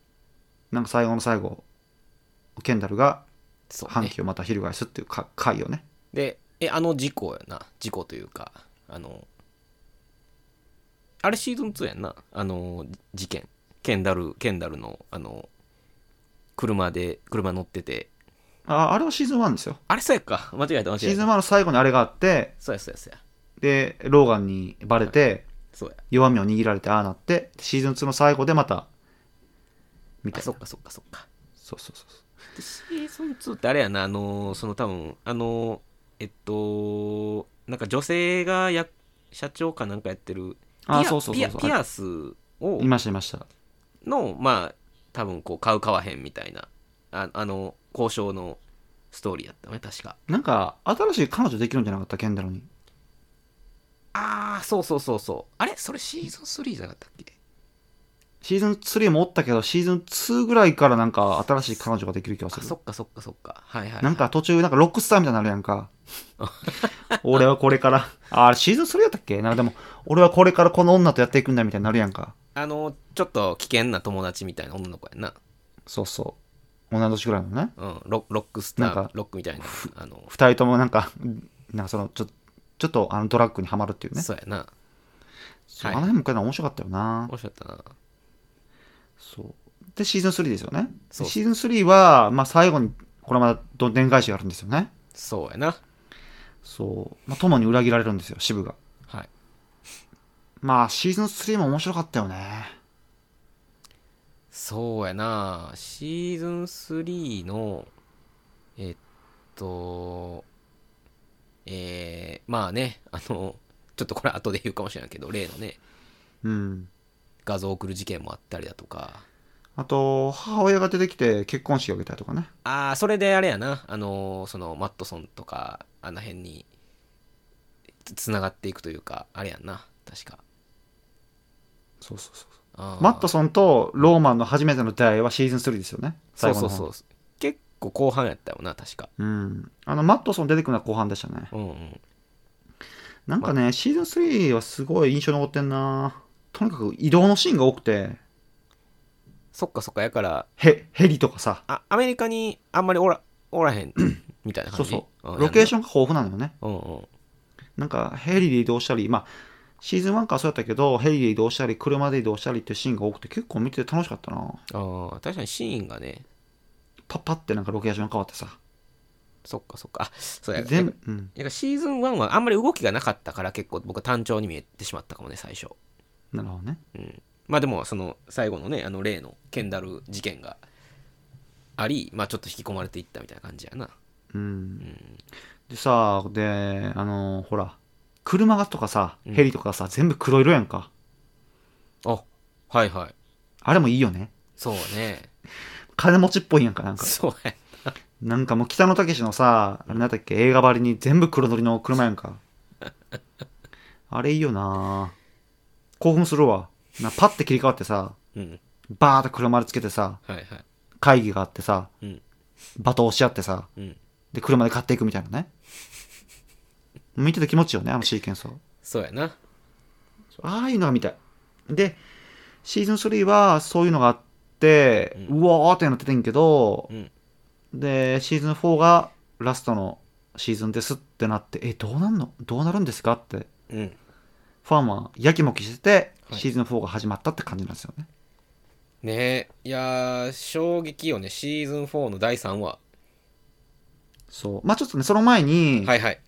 Speaker 2: なんか最後の最後、ケンダルが
Speaker 3: そう、ね。
Speaker 2: 反旗をまた翻すっていうか回をね。
Speaker 3: で、え、あの事故やな。事故というか、あの、あれシーズン2やんな。あの、事件。ケンダル、ケンダルの、あの、車で、車乗ってて。
Speaker 2: ああれはシーズン1ですよ
Speaker 3: あれそうやっか。 間違えた、間違えた。
Speaker 2: シーズン1の最後にあれがあって
Speaker 3: そうや、そうや、そうや。
Speaker 2: でローガンにバレて、
Speaker 3: そうや。
Speaker 2: 弱みを握られてああなってシーズン2の最後でまたみた
Speaker 3: あ、
Speaker 2: い
Speaker 3: そ
Speaker 2: な
Speaker 3: っか、そっか、そっか。
Speaker 2: そうそうそうそう
Speaker 3: でシーズン2ってあれやな、あのーその多分、あのーえっと、なんか女性がや社長かなんかやってる、ピ
Speaker 2: あ
Speaker 3: ア
Speaker 2: あそうそうそうそう
Speaker 3: ピアピ
Speaker 2: あ
Speaker 3: アスを
Speaker 2: れい、ましたいました
Speaker 3: の、まあ、多分こう、買う買わへんみたいな、ああの、交渉のストーリーやったね、確か。
Speaker 2: なんか新しい彼女できるんじゃなかったケンダルに
Speaker 3: ああ、そうそうそうそう。あれそれシーズン3じゃなかったっけ
Speaker 2: シーズン3もおったけどシーズン2ぐらいからなんか新しい彼女ができる気がす
Speaker 3: あ、
Speaker 2: る
Speaker 3: そっかそっかそっか。はいはい、はい。
Speaker 2: なんか途中、なんかロックスターみたいになるやんか。 俺はこれから、あ、あれシーズン3やったっけなんかでも、俺はこれからこの女とやっていくんだみたいになるやんか。
Speaker 3: あの、ちょっと危険な友達みたいな女の子やんな。
Speaker 2: そうそう。同い年ぐらいのね。
Speaker 3: うん、ロロックスタ
Speaker 2: なん
Speaker 3: ー
Speaker 2: か、
Speaker 3: ロックみたいな。あの、
Speaker 2: 二人ともなんか、なんかその、ちょちょっとあのドラッグにはまるっていうね。
Speaker 3: そうやな。
Speaker 2: そう
Speaker 3: はい
Speaker 2: あの辺もかな面白かったよな。
Speaker 3: おっしゃったな。
Speaker 2: そう。で、シーズン3ですよね。で
Speaker 3: そう
Speaker 2: シーズン3は、まあ最後に、これまたどんでん返しがあるんですよね。
Speaker 3: そうやな。
Speaker 2: そう。まあ友に裏切られるんですよ、渋が。
Speaker 3: はい。
Speaker 2: まあシーズン3も面白かったよね。
Speaker 3: そうやな。シーズン3の、えっと、えー、まあね、あの、ちょっとこれ後で言うかもしれないけど、例のね、
Speaker 2: うん。
Speaker 3: 画像送る事件もあったりだとか、
Speaker 2: あと、母親が出てきて結婚式を挙げたりとかね。
Speaker 3: ああ、それであれやな、あの、その、マットソンとか、あの辺に、つつながっていくというか、あれやんな、確か。
Speaker 2: そうそうそう。
Speaker 3: あー
Speaker 2: マットソンとローマンの初めての出会いはシーズン3ですよね。
Speaker 3: そ
Speaker 2: 最
Speaker 3: う
Speaker 2: 後の
Speaker 3: そう
Speaker 2: 方
Speaker 3: そう。結構後半やったよな、確か。
Speaker 2: うん。あの、マットソン出てくるのは後半でしたね。
Speaker 3: うんうん。
Speaker 2: なんかね、シーズン3はすごい印象に残ってんなとにかく移動のシーンが多くて、
Speaker 3: そっかそっか、やから、
Speaker 2: ヘヘリとかさ、
Speaker 3: あアメリカにあんまりおらおらへんみたいな
Speaker 2: そ
Speaker 3: 感
Speaker 2: う
Speaker 3: じ
Speaker 2: そう、ロケーシ
Speaker 3: ョン
Speaker 2: ョンが豊富なのよね。
Speaker 3: うんうん
Speaker 2: なんかヘリで移動したり、まあ、シーズン1からそうやったけど、ヘリで移動したり、車で移動したりっていうシーンが多くて、結構見てて楽しかったな
Speaker 3: あー確かにシーンがね
Speaker 2: パッパってなんかロケーション変わってさ、
Speaker 3: そっかそっかあそうや
Speaker 2: 全部、うん。
Speaker 3: やっぱシーズン1はあんまり動きがなかったから結構僕は単調に見えてしまったかもね最初
Speaker 2: なるほどね。
Speaker 3: うんまあでもその最後のねあの例のケンダル事件がありまあちょっと引き込まれていったみたいな感じやな
Speaker 2: うん
Speaker 3: う。ん
Speaker 2: でさ、で、あの、ほら、車がとかさ、
Speaker 3: うん
Speaker 2: ヘリとかさ、全部黒色やんか。
Speaker 3: あはいはい
Speaker 2: あれもいいよね。
Speaker 3: そうね
Speaker 2: 金持ちっぽいやんか、なんか。
Speaker 3: そうや
Speaker 2: なんかもう北野武のさ、あれなんだっけ、映画ばりに全部黒塗りの車やん か。あれいいよな興奮するわ。なパッて切り替わってさ、
Speaker 3: うん
Speaker 2: バーって車でつけてさ、
Speaker 3: はいはい
Speaker 2: 会議があってさ、
Speaker 3: うん
Speaker 2: 罵倒し合ってさ、
Speaker 3: うん
Speaker 2: で、車で買っていくみたいなね。 見てて気持ちいいよね、あのシーケンスを。
Speaker 3: そうやな
Speaker 2: ああいうのが見たい。で、シーズン3はそういうのがあって、う
Speaker 3: う
Speaker 2: わーってなっててんけど
Speaker 3: う、ん
Speaker 2: で、シーズン4がラストのシーズンですってなって、え、どうなんのどうなるんですかって、
Speaker 3: うん
Speaker 2: ファンはやきもきしてて、
Speaker 3: はい
Speaker 2: シーズン4が始まったって感じなんですよね。
Speaker 3: ねえいやー衝撃よねシーズン4の第3話
Speaker 2: そう。まあちょっとね、その前に、
Speaker 3: はいはい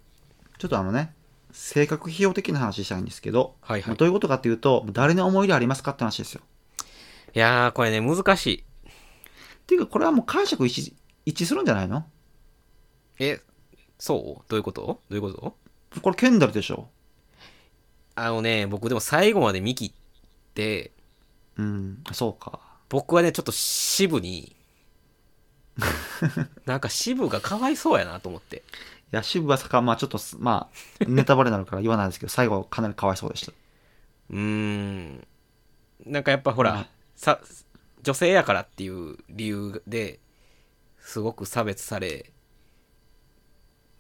Speaker 2: ちょっとあのね、性格費用的な話したいんですけど、
Speaker 3: はいは
Speaker 2: まあ
Speaker 3: い
Speaker 2: どういうことかっていうと、誰に思い入れありますかって話ですよ。
Speaker 3: いやーこれね難しい
Speaker 2: っていうか、これはもう解釈一致一致するんじゃないの
Speaker 3: えそうどういうことどういうこと
Speaker 2: これ、ケンダルでしょ。
Speaker 3: あのね僕でも最後まで見切って
Speaker 2: うん、そうか。
Speaker 3: 僕はねちょっと渋になんか渋がかわいそうやなと思って
Speaker 2: いや、渋谷坂、まあちょっとす、まあ、ネタバレになるから言わないですけど、最後かなりかわいそうでした。
Speaker 3: うーんなんかやっぱほ
Speaker 2: うん
Speaker 3: らさ女性やからっていう理由ですごく差別され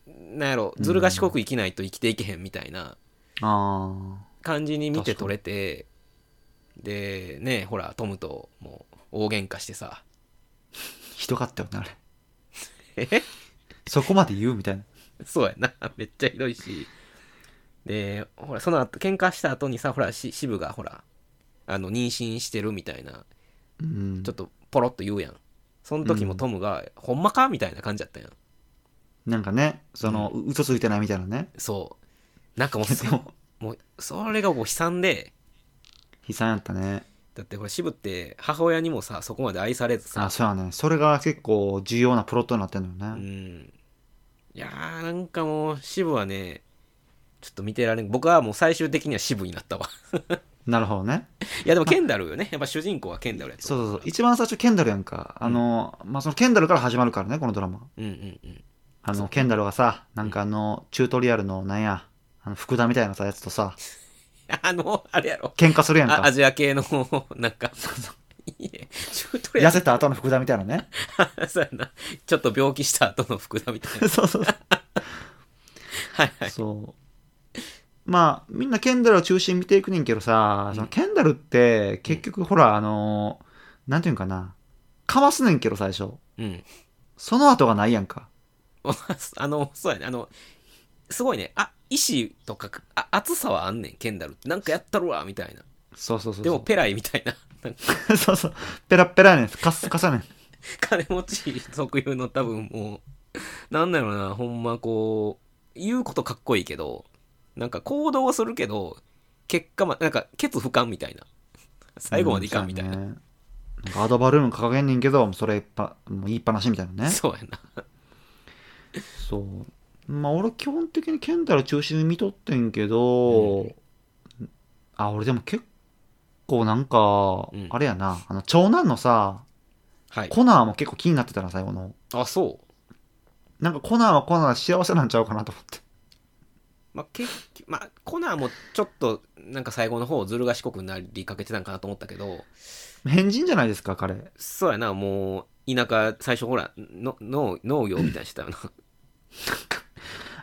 Speaker 3: なんやろずる賢く生きないと生きていけへんみたいな
Speaker 2: あ
Speaker 3: 感じに見て取れてでねほらトムともう大喧嘩してさ
Speaker 2: ー、ひどかったよね、あれ。
Speaker 3: え
Speaker 2: そこまで言うみたいな。
Speaker 3: そうやなめっちゃひどいしでほらその後喧嘩した後にさほらし渋がほらあの妊娠してるみたいな
Speaker 2: うん
Speaker 3: ちょっとポロッと言うやんその時もトムが「ほんまか?」みたいな感じだったやん
Speaker 2: なんかねその、う嘘ついてないみたいなね
Speaker 3: そうなんか もう
Speaker 2: でも
Speaker 3: もうそれがもう悲惨で
Speaker 2: 悲惨やったね
Speaker 3: だってこれ渋って母親にもさそこまで愛されずさ
Speaker 2: あそうやねそれが結構重要なプロットになってんのよ
Speaker 3: う
Speaker 2: ね、
Speaker 3: んいやーなんかもう渋はねちょっと見てられん僕はもう最終的には渋になったわ
Speaker 2: なるほどね
Speaker 3: いやでもケンダルよねやっぱ主人公はケンダルやと
Speaker 2: そう
Speaker 3: 思
Speaker 2: そうそう一番最初ケンダルやんかあの、まあそのケンダルから始まるからねこのドラマ
Speaker 3: うんうんうん
Speaker 2: あ
Speaker 3: そ
Speaker 2: の
Speaker 3: う
Speaker 2: ケンダルがさなんかあのチュートリアルのなんやあの福田みたいなさやつとさ
Speaker 3: あのあれやろ
Speaker 2: 喧嘩するやん
Speaker 3: あ
Speaker 2: か
Speaker 3: アジア系の なんかいいねちょっと
Speaker 2: 痩せた後の福田みたいな ね
Speaker 3: そうやなちょっと病気した後の福田みたいな
Speaker 2: そうそう
Speaker 3: はいはい
Speaker 2: そう。まあ、みんなケンダルを中心に見ていくねんけどさ、
Speaker 3: うん
Speaker 2: そのケンダルって、結局ほら、あのーなんていうんかな、かますねんけど最初。
Speaker 3: うん
Speaker 2: その後がないやんか。
Speaker 3: あのそうやねあのすごいねあ意志とかあ熱さはあんねんケンダルってなんかやったるわみたいな
Speaker 2: そうそうそうそう。
Speaker 3: でもペライみたいな なんか
Speaker 2: そうそう。ペラッペラやねん。カッスカスやねん。
Speaker 3: 金持ち特有の多分もうなんだろうなほんまこう言うことかっこいいけどなんか行動はするけど結果まなんかケツ不完みたいな最後までいかんみたいな、
Speaker 2: うそうやねなんかアドバルーン掲げんねんけど、それいっぱもう言いっぱなしみたいなね。
Speaker 3: そうやな
Speaker 2: そう。まあ俺基本的にケンダル中心に見とってんけど、
Speaker 3: う
Speaker 2: あ、俺でも結構なんか
Speaker 3: うん、
Speaker 2: あれやな、あの長男のさ、
Speaker 3: はい
Speaker 2: コナーも結構気になってたな、最後の。
Speaker 3: あそう
Speaker 2: なんかコナーはコナーで幸せなんちゃうかなと思って。
Speaker 3: まあ、結局まあ、コナーもちょっとなんか最後の方ずる賢くなりかけてたんかなと思ったけど
Speaker 2: 変人じゃないですか、彼。
Speaker 3: そうやなもう田舎最初ほらの農農業みたいにしてたよな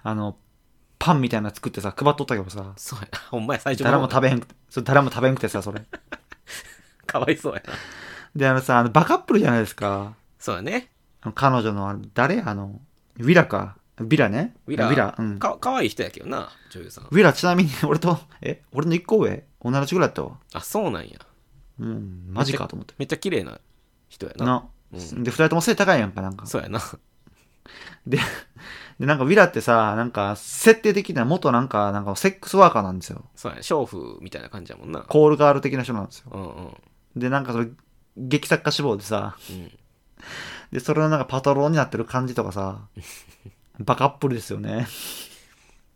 Speaker 2: あの、パンみたいなの作ってさ、配っとったけどさ、
Speaker 3: そうやなほんまや最初の
Speaker 2: 誰
Speaker 3: 方
Speaker 2: も食べへんくて、そう誰も食べへんくてさ、 それ。
Speaker 3: かわいそうやな
Speaker 2: で、あのさ、あのバカップルじゃないですか。
Speaker 3: そうやね
Speaker 2: あの彼女の、あの誰やあの、ウィラか。ビラね。
Speaker 3: ウィラ
Speaker 2: ウィラ、うん。
Speaker 3: かかわいい人やけどな女優さん
Speaker 2: ウィラちなみに 俺と、え、俺の一個上同じぐらいだったわ。
Speaker 3: あそうなんや
Speaker 2: うん、マジかと思って。
Speaker 3: めっちゃ綺麗な人やな
Speaker 2: な。
Speaker 3: うん
Speaker 2: で、二人とも背高いやんか、なんか。
Speaker 3: そうやな
Speaker 2: で、 で、なんかウィラってさ、なんか、設定的には元なんか、なんかセックスワーカーなんですよ。
Speaker 3: そうや娼婦みたいな感じやもんな
Speaker 2: コールガール的な人なんですよ。
Speaker 3: うんうん
Speaker 2: で、なんかそれ、劇作家志望でさ、
Speaker 3: うん
Speaker 2: で、それのなんかパトロンになってる感じとか さ、バカップルですよね。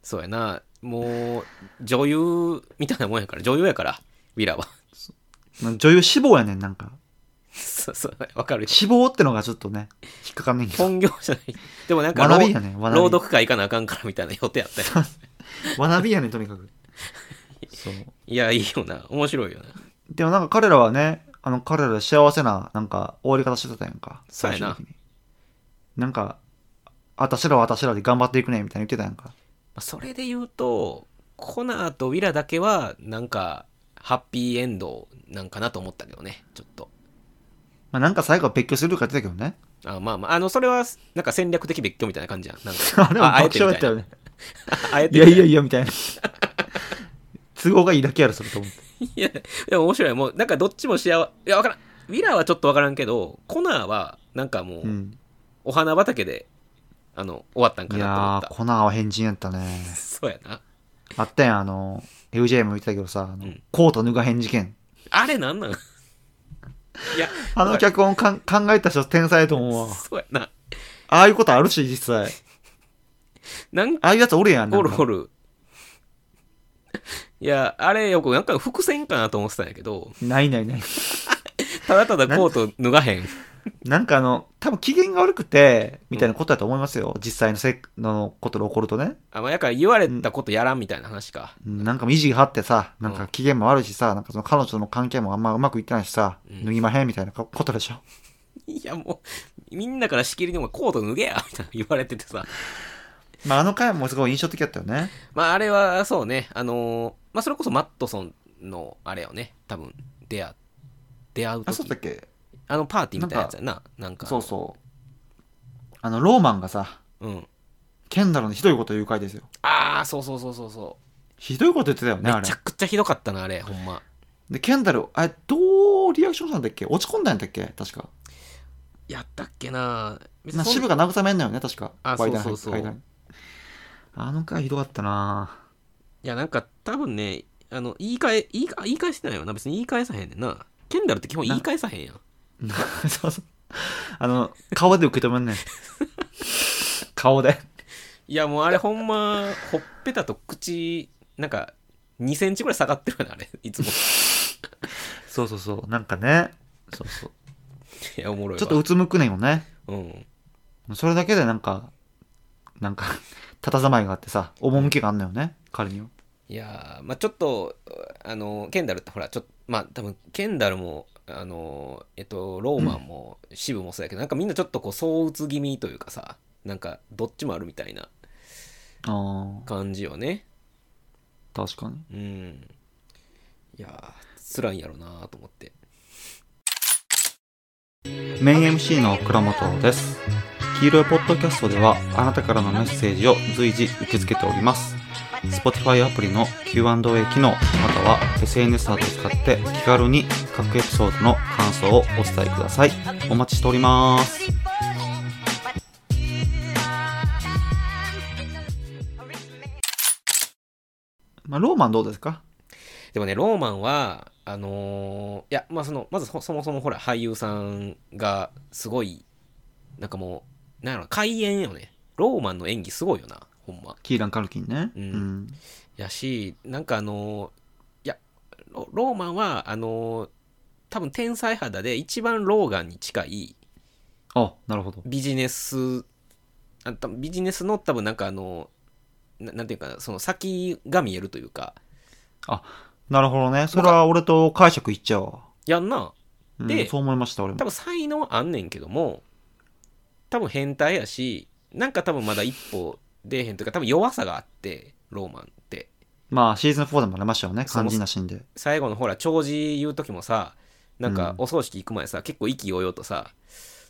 Speaker 3: そうやなもう女優みたいなもんやから女優やからウィラは
Speaker 2: 女優志望やねん、なんか。
Speaker 3: そうそうわかるよ
Speaker 2: 志望ってのがちょっとね、引っかかんねんけど。
Speaker 3: 本業じゃない。でもなんか、
Speaker 2: 学び
Speaker 3: ろ
Speaker 2: や
Speaker 3: う
Speaker 2: ねん、学び。
Speaker 3: 朗読会行かなあかんからみたいな予定やったよ。
Speaker 2: 学びやねん、とに かく。そう。
Speaker 3: いや、いいよな。面白いよな。
Speaker 2: でもなんか彼らはね、あの彼らで幸せな、なんか終わり方してたやんか。
Speaker 3: そうやな
Speaker 2: 最終的に。なんか、あたしらはあたしらで頑張っていくね、みたいに言ってたやんか。
Speaker 3: まあそれで言うと、コナーとウィラだけは、なんか、ハッピーエンドなんかなと思ったけどね、ちょっと。
Speaker 2: まあなんか最後は別居するとか言ってたけどね。
Speaker 3: あまあまあ、あの、それは、なんか戦略的別居みたいな感じやん。なんか
Speaker 2: あれも
Speaker 3: ああえ
Speaker 2: 爆
Speaker 3: て
Speaker 2: 笑
Speaker 3: み
Speaker 2: だったた
Speaker 3: い
Speaker 2: よ
Speaker 3: な。
Speaker 2: ね。
Speaker 3: あえ
Speaker 2: い
Speaker 3: て
Speaker 2: や
Speaker 3: みた
Speaker 2: いやいや、みたいな。 都合がいいだけやろ、それと思って。
Speaker 3: いや、でも面白い。もう、なんかどっちも幸せ。いや、わからん。ウィラはちょっとわからんけど、コナーは、なんかもう、
Speaker 2: うん。
Speaker 3: お花畑で、あの、終わったんか
Speaker 2: い
Speaker 3: なと思
Speaker 2: や
Speaker 3: っ
Speaker 2: ー、
Speaker 3: た。
Speaker 2: コナーは変人やったね。
Speaker 3: そうやな。
Speaker 2: あったやん、あの、FJ も言ってたけどさ、あの
Speaker 3: うん
Speaker 2: コート脱が変事件。
Speaker 3: あ れなんなんいや、
Speaker 2: あの脚本かん考えた人天才やと思うわ。
Speaker 3: そうやな。
Speaker 2: ああいうことあるし、実際。
Speaker 3: なんか、
Speaker 2: ああいうやつおるやん。なん
Speaker 3: お
Speaker 2: か
Speaker 3: るおる。 いや、あれよく、なんか伏線かなと思ってたんやけど、
Speaker 2: ないないない。
Speaker 3: ただただコート脱がへん。
Speaker 2: なんかあの、多分機嫌が悪くて、みたいなことだと思いますよ。実際のせのことで起こるとね。
Speaker 3: あ、まあ、やから言われたことやらんみたいな話か。
Speaker 2: うんなんか意地張ってさ、なん
Speaker 3: うん
Speaker 2: か機嫌も悪いしさ、なんかその彼女との関係もあんまうまくいってないしさ、
Speaker 3: うん
Speaker 2: 脱ぎまへんみたいなことでしょ。
Speaker 3: いや、もう、みんなからしきりにもコート脱げやみたいな言われててさ。
Speaker 2: まああの回もすごい印象的だったよね。
Speaker 3: まあ、あれは、そうね、あのーまあ、それこそマットソンの、あれよね、多分、出会う、出会う
Speaker 2: あ、そう
Speaker 3: 時
Speaker 2: だっけ
Speaker 3: あの、パーティーみたいなやつやな。なんか、
Speaker 2: そうそう。あの、ローマンがさ、
Speaker 3: うん。
Speaker 2: ケンダルのひどいことを言う回ですよ。
Speaker 3: ああ、そうそうそうそうそう。
Speaker 2: ひどいこと言ってたよね、あ
Speaker 3: め
Speaker 2: れ
Speaker 3: ちゃ。くちゃひどかったな、あれ、ほんま。
Speaker 2: で、ケンダル、あれ、どうリアクションしたんだっけ落ち込んだんだっけ確か。
Speaker 3: やったっけな別
Speaker 2: な
Speaker 3: にそん
Speaker 2: 渋が慰めんのよね、確か。
Speaker 3: あ
Speaker 2: ワイダン
Speaker 3: そうそうそう
Speaker 2: ワイダンあの回ひどかったない
Speaker 3: や、なんか多分ね、あの、言い換え、言い言い返してないよな。別に言い返さへんねんな。ケンダルって基本言い返さへんやん。
Speaker 2: ぁ そうそう。あの、顔で受け止め んねん。顔で。
Speaker 3: いや、もうあれほんま、 ほっぺたと口、なんか、2センチぐらい下がってるよね、あれ。いつも。
Speaker 2: そうそうそう。なんかね。そうそう。
Speaker 3: いや、おもろいわ。
Speaker 2: ちょっとうつむくねんよね。
Speaker 3: うん。
Speaker 2: それだけでなんか、なんか、 たたざまいがあってさ、趣があんのよね、彼には。
Speaker 3: いやーまあちょっと、あの、ケンダルってほら、ちょっと、まあ多分、ケンダルも、あの、えっと、ローマンも、シブもそうやけど、なんかみんなちょっとこう、相打つ気味というかさ、なんか、どっちもあるみたいな
Speaker 2: あ
Speaker 3: 感じよね。
Speaker 2: あ、確かに。
Speaker 3: うん。いやー、辛いんやろなーと思って。
Speaker 2: メイン MC の倉本です。黄色いポッドキャストでは、あなたからのメッセージを随時受け付けております。Spotify アプリの Q&A 機能、または SNS などを使って気軽に各エピソードの感想をお伝えください。お待ちしております。まあ、ローマンどうですか
Speaker 3: でもね、ローマンは、あのーいや、まあ、その、まずそそもそもほら、俳優さんが、すごい、なんかもう、なんやろ、開演よね。ローマンの演技すごいよな、ほんま。
Speaker 2: キーラン・カルキンね。
Speaker 3: うんやし、なんかあのーいやロ、ローマンは、あのー多分天才肌で一番ローガンに近い
Speaker 2: あ、なるほど。
Speaker 3: ビジネス、あ多分ビジネスの多分なんかあのーななんていうか、その先が見えるというか、
Speaker 2: なるほどね。それは俺と解釈いっちゃうわ。
Speaker 3: やんな、
Speaker 2: うん
Speaker 3: で
Speaker 2: そう思いました、俺も
Speaker 3: 多。分才能あんねんけども多分変態やしなんか多分まだ一歩出えへんというか多分弱さがあってローマンって
Speaker 2: まあ、シーズン4でもありましたよね。
Speaker 3: そう
Speaker 2: 肝心なシーンで。
Speaker 3: 最後のほら弔辞言う時もさなん
Speaker 2: う
Speaker 3: か
Speaker 2: ん
Speaker 3: お葬式行く前さ、結構意気揚々とさ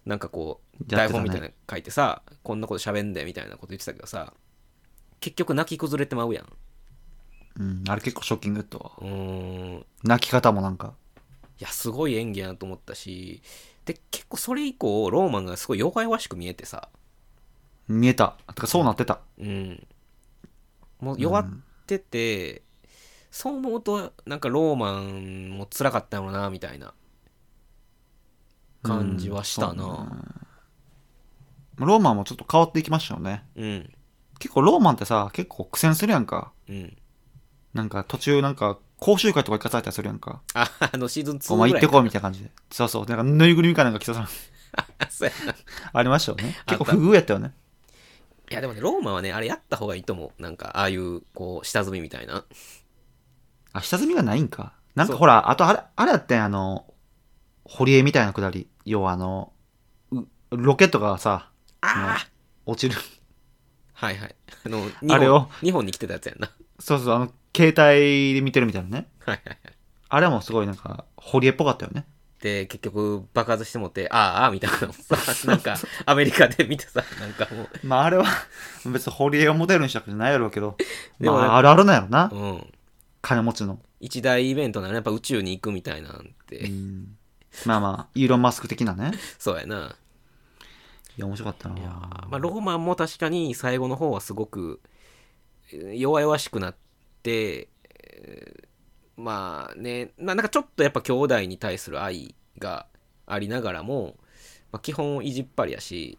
Speaker 3: なんかこう
Speaker 2: やっ
Speaker 3: 台
Speaker 2: てたね
Speaker 3: 本みたいなの書いてさこんなこと喋んでみたいなこと言ってたけどさ結局泣き崩れてまうやん
Speaker 2: うん、あれ結構ショッキングやったわ。
Speaker 3: うーん
Speaker 2: 泣き方もなんか。
Speaker 3: いやすごい演技やなと思ったしで結構それ以降ローマンがすごい弱々しく見えてさ
Speaker 2: 見えた。てか、そうなってた。
Speaker 3: うん、もう弱ってて、そう思うとなんかローマンも辛かったのなみたいな感じはした
Speaker 2: うん
Speaker 3: な
Speaker 2: そうねローマンもちょっと変わっていきましたよね。
Speaker 3: うん
Speaker 2: 結構ローマンってさ、結構苦戦するやんか。
Speaker 3: うん
Speaker 2: なんか途中なんか講習会とか行かされたりするやんか。
Speaker 3: あ あのシーズン
Speaker 2: お
Speaker 3: 2
Speaker 2: 前行
Speaker 3: ぐら
Speaker 2: って
Speaker 3: い
Speaker 2: こいみたいな感じで。そうそう。なんかぬいぐるみかなんか着ささ
Speaker 3: そうやない
Speaker 2: ありましたよね。
Speaker 3: あ
Speaker 2: 結
Speaker 3: った
Speaker 2: 構不遇やったよね。
Speaker 3: やでもねローマンはねあれやった方がいいと思うなんかああいうこう下積みみたいな
Speaker 2: あ、下積みがないんか。なんか
Speaker 3: そう
Speaker 2: ほら、あとあれ、あれやってん、あの、堀江みたいなくだり。要はあの、うロケットがさ、
Speaker 3: ああ
Speaker 2: 落ちる。
Speaker 3: はいはいあの日
Speaker 2: あれを
Speaker 3: 日本に来てたやつやんな
Speaker 2: そうそう、あの、携帯で見てるみたいなね。
Speaker 3: はいはいはい
Speaker 2: あれもすごいなんか、堀江っぽかったよね。
Speaker 3: で結局爆発してもってああああみたいなのもさなんかアメリカで見てさなんかもう
Speaker 2: まああれは、 別に堀江をモデルにしたわけじゃないやろうけど、
Speaker 3: で
Speaker 2: ま
Speaker 3: もなんか
Speaker 2: ああるあるなんやろな。
Speaker 3: うん
Speaker 2: 金持ちの。
Speaker 3: 一大イベントなのやっぱ宇宙に行くみたいなんて、
Speaker 2: うんまあまあ、イーロン・マスク的なね。
Speaker 3: そうやない
Speaker 2: や、面白かったない
Speaker 3: やー、まあ、ローマンも確かに最後の方はすごくえー弱々しくなって、えーまあねななんかちょっとやっぱ兄弟に対する愛がありながらも、まあ、基本意地っ張りやし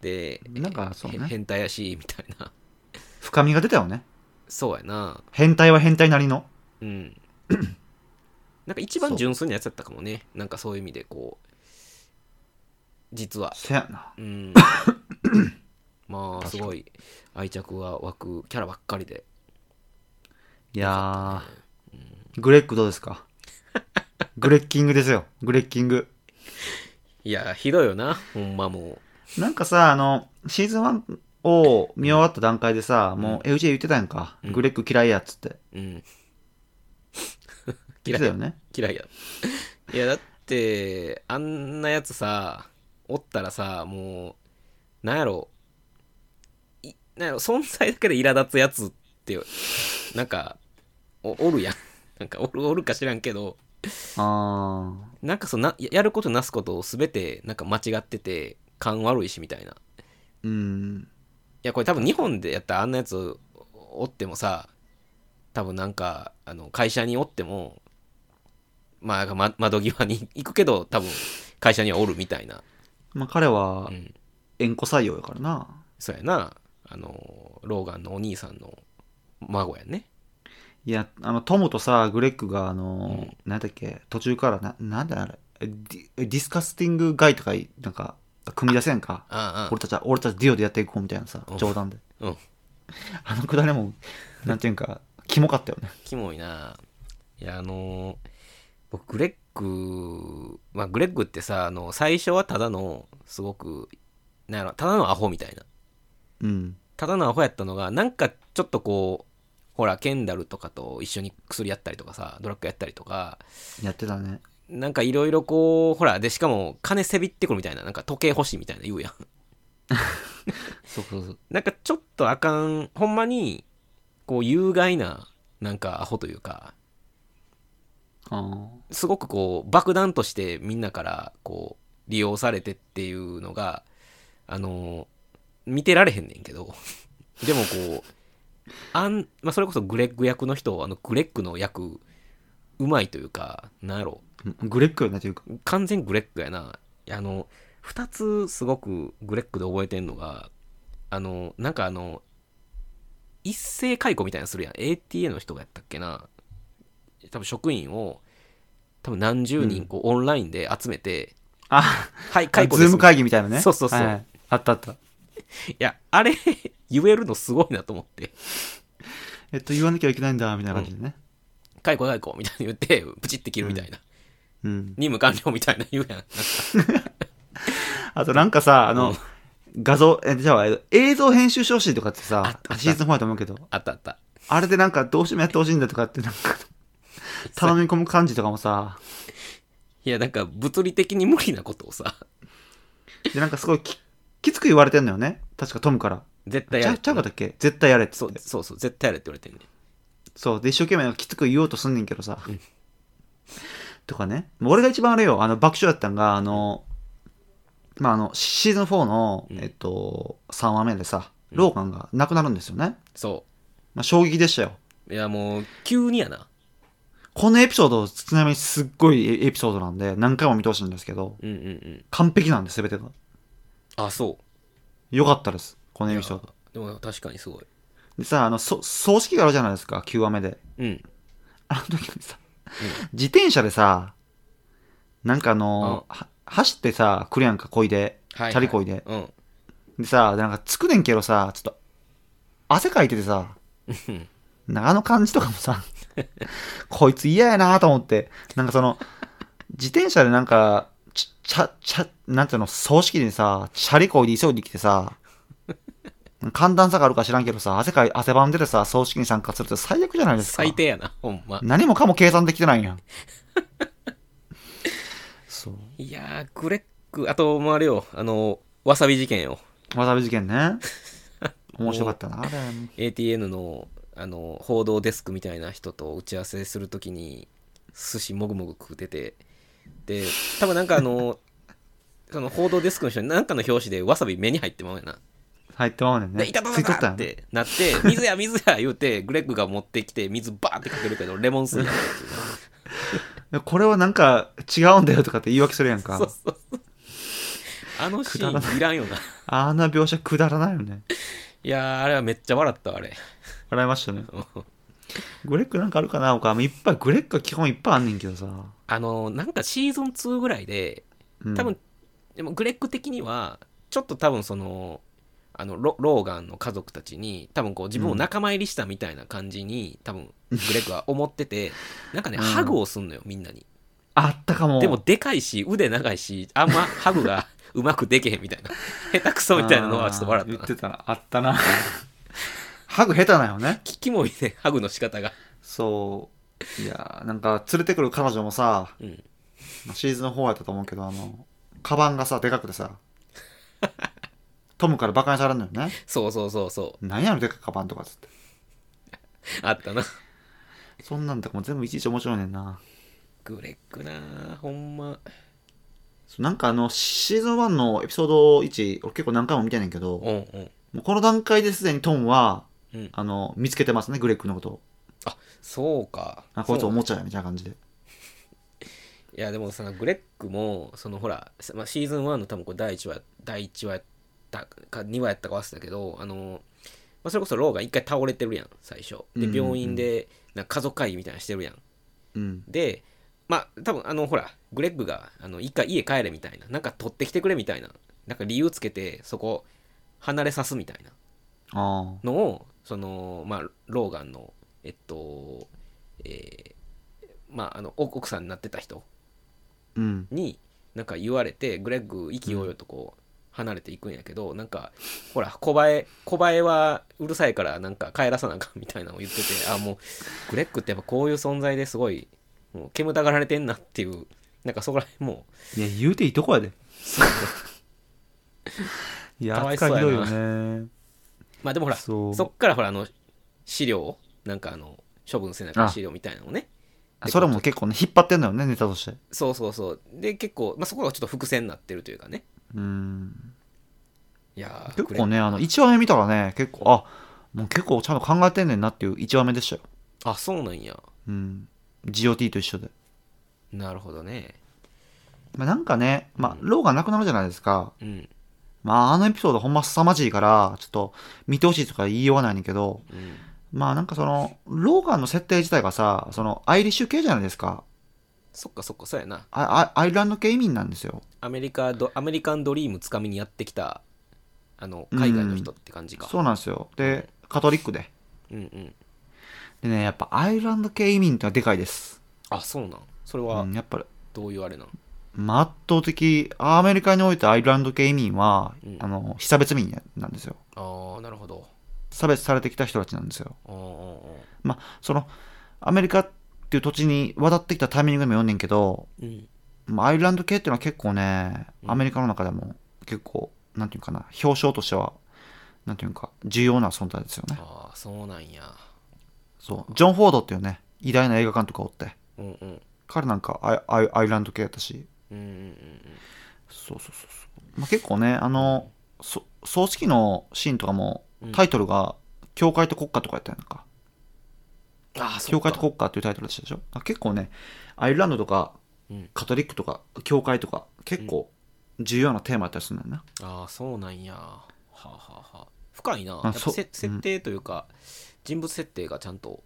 Speaker 3: で
Speaker 2: なんかそうね
Speaker 3: へ変態やしみたいな
Speaker 2: 深みが出たよね。
Speaker 3: そうやな
Speaker 2: 変態は変態なりの。
Speaker 3: うん なんか一番純粋なやつだったかもねなんかそういう意味でこう実は
Speaker 2: せやな。
Speaker 3: うんま
Speaker 2: 確
Speaker 3: あ
Speaker 2: かに
Speaker 3: すごい愛着が湧くキャラばっかりで
Speaker 2: いやー、グレッグどうですかグレッキングですよ。グレッキング。
Speaker 3: いやひどいよなほんまも
Speaker 2: なんかさ、あの、シーズン1を見終わった段階でさ、もう LJ 言ってたやんか。
Speaker 3: うん
Speaker 2: グレッグ嫌いやっつって。
Speaker 3: ううん
Speaker 2: 言って
Speaker 3: 嫌い
Speaker 2: たよね。
Speaker 3: 嫌いやいやだってあんなやつさおったらさもうなんやろいなんやろ存在だけで苛立つやつってなんかおおるやん。なんかおる、おるか知らんけど、
Speaker 2: あー。
Speaker 3: なんかそのな、ややることなすことを全て、なんか間違ってて、勘悪いしみたいな。い
Speaker 2: うん。
Speaker 3: や、これ多分日本でやったらあんなやつおってもさ、多分なんか、あの、会社におっても、まあ、ま窓際に行くけど、多分会社にはおるみたいな。
Speaker 2: まあ、彼は
Speaker 3: う、ん。
Speaker 2: 縁故採用やからな。
Speaker 3: そうやな。あの、ローガンのお兄さんの孫やね。
Speaker 2: いや、あの、トムとさ、グレッグが、あの、
Speaker 3: うん
Speaker 2: なんだっけ、途中からな、なんだあれ、ディディスカスティングガイとか、なんか、組み出せんか。
Speaker 3: ああ、
Speaker 2: 俺たちは、俺たちディオでやっていこうみたいなさ
Speaker 3: うん、
Speaker 2: 冗談で。
Speaker 3: ああうん。
Speaker 2: あのくだりも、なんていうんか、キモかったよね。
Speaker 3: キモいな。いや、あのー僕、グレッグ、まあ、グレッグってさ、あの、最初はただの、すごく、なんやろ、ただのアホみたいな。
Speaker 2: うん。
Speaker 3: ただのアホやったのが、なんかちょっとこう、ほら、ケンダルとかと一緒に薬やったりとかさ、ドラッグやったりとか、
Speaker 2: やってたね。
Speaker 3: なんかいろいろこう、ほら、で、しかも、金せびってくるみたいな、なんか時計欲しいみたいな言うやん。
Speaker 2: そうそうそう。
Speaker 3: なんかちょっとあかん、ほんまに、こう、有害な、なんかアホというか、
Speaker 2: あ
Speaker 3: すごくこう爆弾としてみんなからこう利用されてっていうのがあの見てられへんねんけど でもこうあん、まあ、それこそグレッグ役の人あのグレッグの役うまいというかなんやろ
Speaker 2: あ。グレッグよね、というか。
Speaker 3: 完全グレッグやなあの2つすごくグレッグで覚えてんのがあのなんかあの一斉解雇みたいなのするやん ATA の人がやったっけな多分職員を多分何十人こう、オンラインで集めて
Speaker 2: あ、
Speaker 3: はい解雇
Speaker 2: ズ
Speaker 3: で
Speaker 2: ー
Speaker 3: す
Speaker 2: ム会議みたいなね。
Speaker 3: そうそうそう
Speaker 2: はいはいあったあった。
Speaker 3: いやあれ言えるのすごいなと思って
Speaker 2: えっと、言わなきゃいけないんだ、みたいな感じでね。
Speaker 3: 解雇解雇みたいに言ってプチって切るみたいな、
Speaker 2: うん。
Speaker 3: 任務完了みたいな言うやん
Speaker 2: あとなんかさ、あ
Speaker 3: う
Speaker 2: の
Speaker 3: ん、
Speaker 2: 画像、え、じゃあ、え映像編集してほしいとかって
Speaker 3: あっ
Speaker 2: さ
Speaker 3: たあっ、た
Speaker 2: シーズン4やと思うけど、
Speaker 3: あったあった
Speaker 2: あれでなんかどうしてもやってほしいんだとかって、なん か、頼み込む感じとかもさ、
Speaker 3: いやなんか物理的に無理なことをさ
Speaker 2: で、なんかすごいききつく言われてんのよね。確かトムから。
Speaker 3: 絶対
Speaker 2: ち
Speaker 3: や
Speaker 2: ゃ
Speaker 3: れ
Speaker 2: うちゃうかったっけ絶対やれっつ
Speaker 3: そ
Speaker 2: っ
Speaker 3: う
Speaker 2: て。
Speaker 3: そうそう絶対やれって言われてんね
Speaker 2: そう。で、一生懸命きつく言おうとすんねんけどさ。とかね。もう俺が一番あれよ、あの、爆笑やったんが、あの、まあ、あの、シーズン4の、
Speaker 3: うん
Speaker 2: えっと、3話目でさ、
Speaker 3: うん
Speaker 2: ローガンが亡くなるんですよね。
Speaker 3: そ
Speaker 2: まあ、衝撃でしたよ。
Speaker 3: う。いや、もう、急にやな。
Speaker 2: このエピソード、ちなみにすっごいエピソードなんで、何回も見てほしいんですけど、
Speaker 3: うんうんうん。
Speaker 2: 完璧なんで、すべてが。
Speaker 3: あ、そ
Speaker 2: 良かったです、こ
Speaker 3: う。
Speaker 2: のエ
Speaker 3: いや
Speaker 2: ピソード。
Speaker 3: でも、確かにすごい。
Speaker 2: でさ、あの、そ葬式があるじゃないですか、9話目で。
Speaker 3: うん。
Speaker 2: あの時にさ、自転車でさ、なんかあの、は走ってさ、来るやんか、こいで。
Speaker 3: は
Speaker 2: チャリこいで。
Speaker 3: うん。
Speaker 2: でさ、なんかつくねんけどさ、ちょっと、汗かいててさ、
Speaker 3: うん
Speaker 2: なんかあの感じとかもさ、こいつ嫌やなと思って、なんかその、自転車でなんか、ちちゃ、ちゃ、なんていうの、葬式でさ、チャリこいで急いできてさ、寒暖差があるか知らんけどさ、汗かい、汗ばんでてさ、葬式に参加するって最悪じゃないですか。
Speaker 3: 最低やな、ほんま。
Speaker 2: 何もかも計算できてないやん。そう。
Speaker 3: いやー、グレック、あと、もうあれよ、あの、わさび事件よ。
Speaker 2: わさび事件ね。面白かったな、あれ。
Speaker 3: ATN の、あの、報道デスクみたいな人と打ち合わせするときに、寿司もぐもぐ食うてて、で、多分なんかあ の、その報道デスクの人に何かの表紙でわさび目に入ってまうやな。
Speaker 2: 入ってまうねんね。
Speaker 3: で、いたた
Speaker 2: ついとった
Speaker 3: た
Speaker 2: や
Speaker 3: っ
Speaker 2: ん。
Speaker 3: てなって、 水や水や言うて、グレッグが持ってきて、水バーってかけるけど、レモン水やったっ ていう
Speaker 2: これはなんか違うんだよとかって言い訳するやん
Speaker 3: な。そう
Speaker 2: か。
Speaker 3: そうそう。あのシ
Speaker 2: くだらな
Speaker 3: ーンいらんよな。
Speaker 2: あんな描写くだらないよね。
Speaker 3: いやー、あれはめっちゃ笑ったわ、あれ。
Speaker 2: 笑いましたね。グレックなんかあるかな他、いっぱい、グレックは基本いっぱいあんねんけどさ。
Speaker 3: あの、なんかシーズン2ぐらいで、
Speaker 2: うん
Speaker 3: 多分、、でもグレッグ的には、ちょっと多分その、あのロローガンの家族たちに多分こう自分を仲間入りしたみたいな感じに多分グレッグは思って てなんかね
Speaker 2: うん
Speaker 3: ハグをすんのよみんなに
Speaker 2: あったかも。
Speaker 3: でも、でかいし腕長いしあんまハグ がうまくできへんみたいな下手くそみたいなのはちょっと笑
Speaker 2: あー
Speaker 3: っ
Speaker 2: 言ったて
Speaker 3: な
Speaker 2: たな。あったな。 ハグ下手なよね。
Speaker 3: キキモいねハグの仕方が
Speaker 2: そう。いやーなんか、連れてくる彼女もさ、
Speaker 3: うん
Speaker 2: まあシーズンの方やったと思うけど、あの、カバンがさ、でかくてさ、 トムからバカにされるのよね。
Speaker 3: そうそうそうそう
Speaker 2: 何やのでかいカバンとかっつって。
Speaker 3: あったな
Speaker 2: そんなんとかも全部いちいち面白いねんな。
Speaker 3: グレッグなあほんま
Speaker 2: そうなんかあの、シーズン1のエピソード1、俺結構何回も見てんねんけど、
Speaker 3: うんうん
Speaker 2: もうこの段階ですでにトンは、
Speaker 3: うん
Speaker 2: あの、見つけてますね、グレッグのことを。
Speaker 3: そうか
Speaker 2: あ、こいつお
Speaker 3: そう
Speaker 2: もちゃや、みたいな感じで。
Speaker 3: いやでもそのグレッグもそのほら、まあ、シーズン1の多分これ第1話第一話やったか2話やったか忘れたけどあの、まあ、それこそローが一回倒れてるやん最初で
Speaker 2: うんうん
Speaker 3: 病院でなんか家族会議みたいなのしてるやん
Speaker 2: うん。
Speaker 3: でまあ多分あのほらグレッグがあの一回家帰れみたいななんか取ってきてくれみたいななんか理由つけてそこ離れさすみたいな
Speaker 2: ああ。
Speaker 3: のをそのまあローガンのえっとえーまああの奥奥さんになってた人
Speaker 2: うん。
Speaker 3: になんか言われてグレッグ意気揚々とこう離れていくんやけど、なんかほら小林小林はうるさいからなんか帰らさなあかんみたいなのを言っててあもうグレッグってやっぱこういう存在ですごいもう煙たがられてんなっていうなんかそこら辺も
Speaker 2: いや、言うていいとこや で。い
Speaker 3: か
Speaker 2: や、
Speaker 3: わいそ
Speaker 2: 扱
Speaker 3: う
Speaker 2: い
Speaker 3: や
Speaker 2: ひ
Speaker 3: な
Speaker 2: どいよね。
Speaker 3: まあでもほらそ
Speaker 2: そう。
Speaker 3: っからほらあの資料をなんかあの処分せなあかん資料みたいなのをね
Speaker 2: あそれも結構ね、引っ張ってんだよね、ネタとして。
Speaker 3: そうそうそうで結構、まあ、そこがちょっと伏線になってるというかね
Speaker 2: うん。
Speaker 3: いやー
Speaker 2: 結構
Speaker 3: グレッグ
Speaker 2: ね、あの、1話目見たらね、結構、あ、もう結構ちゃんと考えてんねんなっていう1話目でしたよ。
Speaker 3: あそうなんや
Speaker 2: うん。GOT と一緒で。
Speaker 3: なるほどね
Speaker 2: まあ、なんかね、まあ、ローがなくなるじゃないですか。
Speaker 3: うん
Speaker 2: まあ、あのエピソードほんま凄まじいから、ちょっと見てほしいとか言いようがないねんけど、
Speaker 3: うん
Speaker 2: まあなんかその、ローガンの設定自体がさ、その、アイリッシュ系じゃないですか。
Speaker 3: そっかそっかそうやな
Speaker 2: ああアイルランド系移民なんですよ。
Speaker 3: アメリカドアメリカンドリームつかみにやってきたあの海外の人って感じか、
Speaker 2: そうなんですよ。で、カトリックで。
Speaker 3: うん、うん
Speaker 2: でね、やっぱアイルランド系移民ってのはでかいです。
Speaker 3: あそうなんそれ
Speaker 2: う
Speaker 3: は
Speaker 2: ん、やっぱり、
Speaker 3: どういうあれなん、
Speaker 2: まあ圧倒的、アメリカにおいてアイルランド系移民は、
Speaker 3: うん
Speaker 2: あの、被差別民なんですよ。
Speaker 3: ああなるほど
Speaker 2: 差別されてきた人たちなんですよ。
Speaker 3: あー
Speaker 2: まあ、その、アメリカっていう土地に渡ってきたタイミングでも読んねんけど、
Speaker 3: あーうん
Speaker 2: まあアイルランド系っていうのは結構ね、
Speaker 3: うん
Speaker 2: アメリカの中でも結構、なんていうかな、表彰としては、なんていうか、重要な存在ですよね。
Speaker 3: ああそうなんや
Speaker 2: そう。ジョン・フォードっていうね、偉大な映画監督がおって、
Speaker 3: うんうん
Speaker 2: 彼なんかアイアイアイルランド系やったし、
Speaker 3: うんうんうん
Speaker 2: そうそうそうそう。まあ、結構ね、あの、そ葬式のシーンとかも
Speaker 3: うん、
Speaker 2: タイトルが、教会と国家とかやったやんか。
Speaker 3: ああそう
Speaker 2: 教会と
Speaker 3: か
Speaker 2: 国家っていうタイトルでしたでしょあ結構ね、アイルランドとか、
Speaker 3: うん
Speaker 2: カトリックとか、教会とか、結構重要なテーマやったりするんだよな。
Speaker 3: ああそうなんやはあ、はあはあ、深いなやっぱ
Speaker 2: そう
Speaker 3: せ
Speaker 2: うん
Speaker 3: 設定というか、人物設定がちゃんと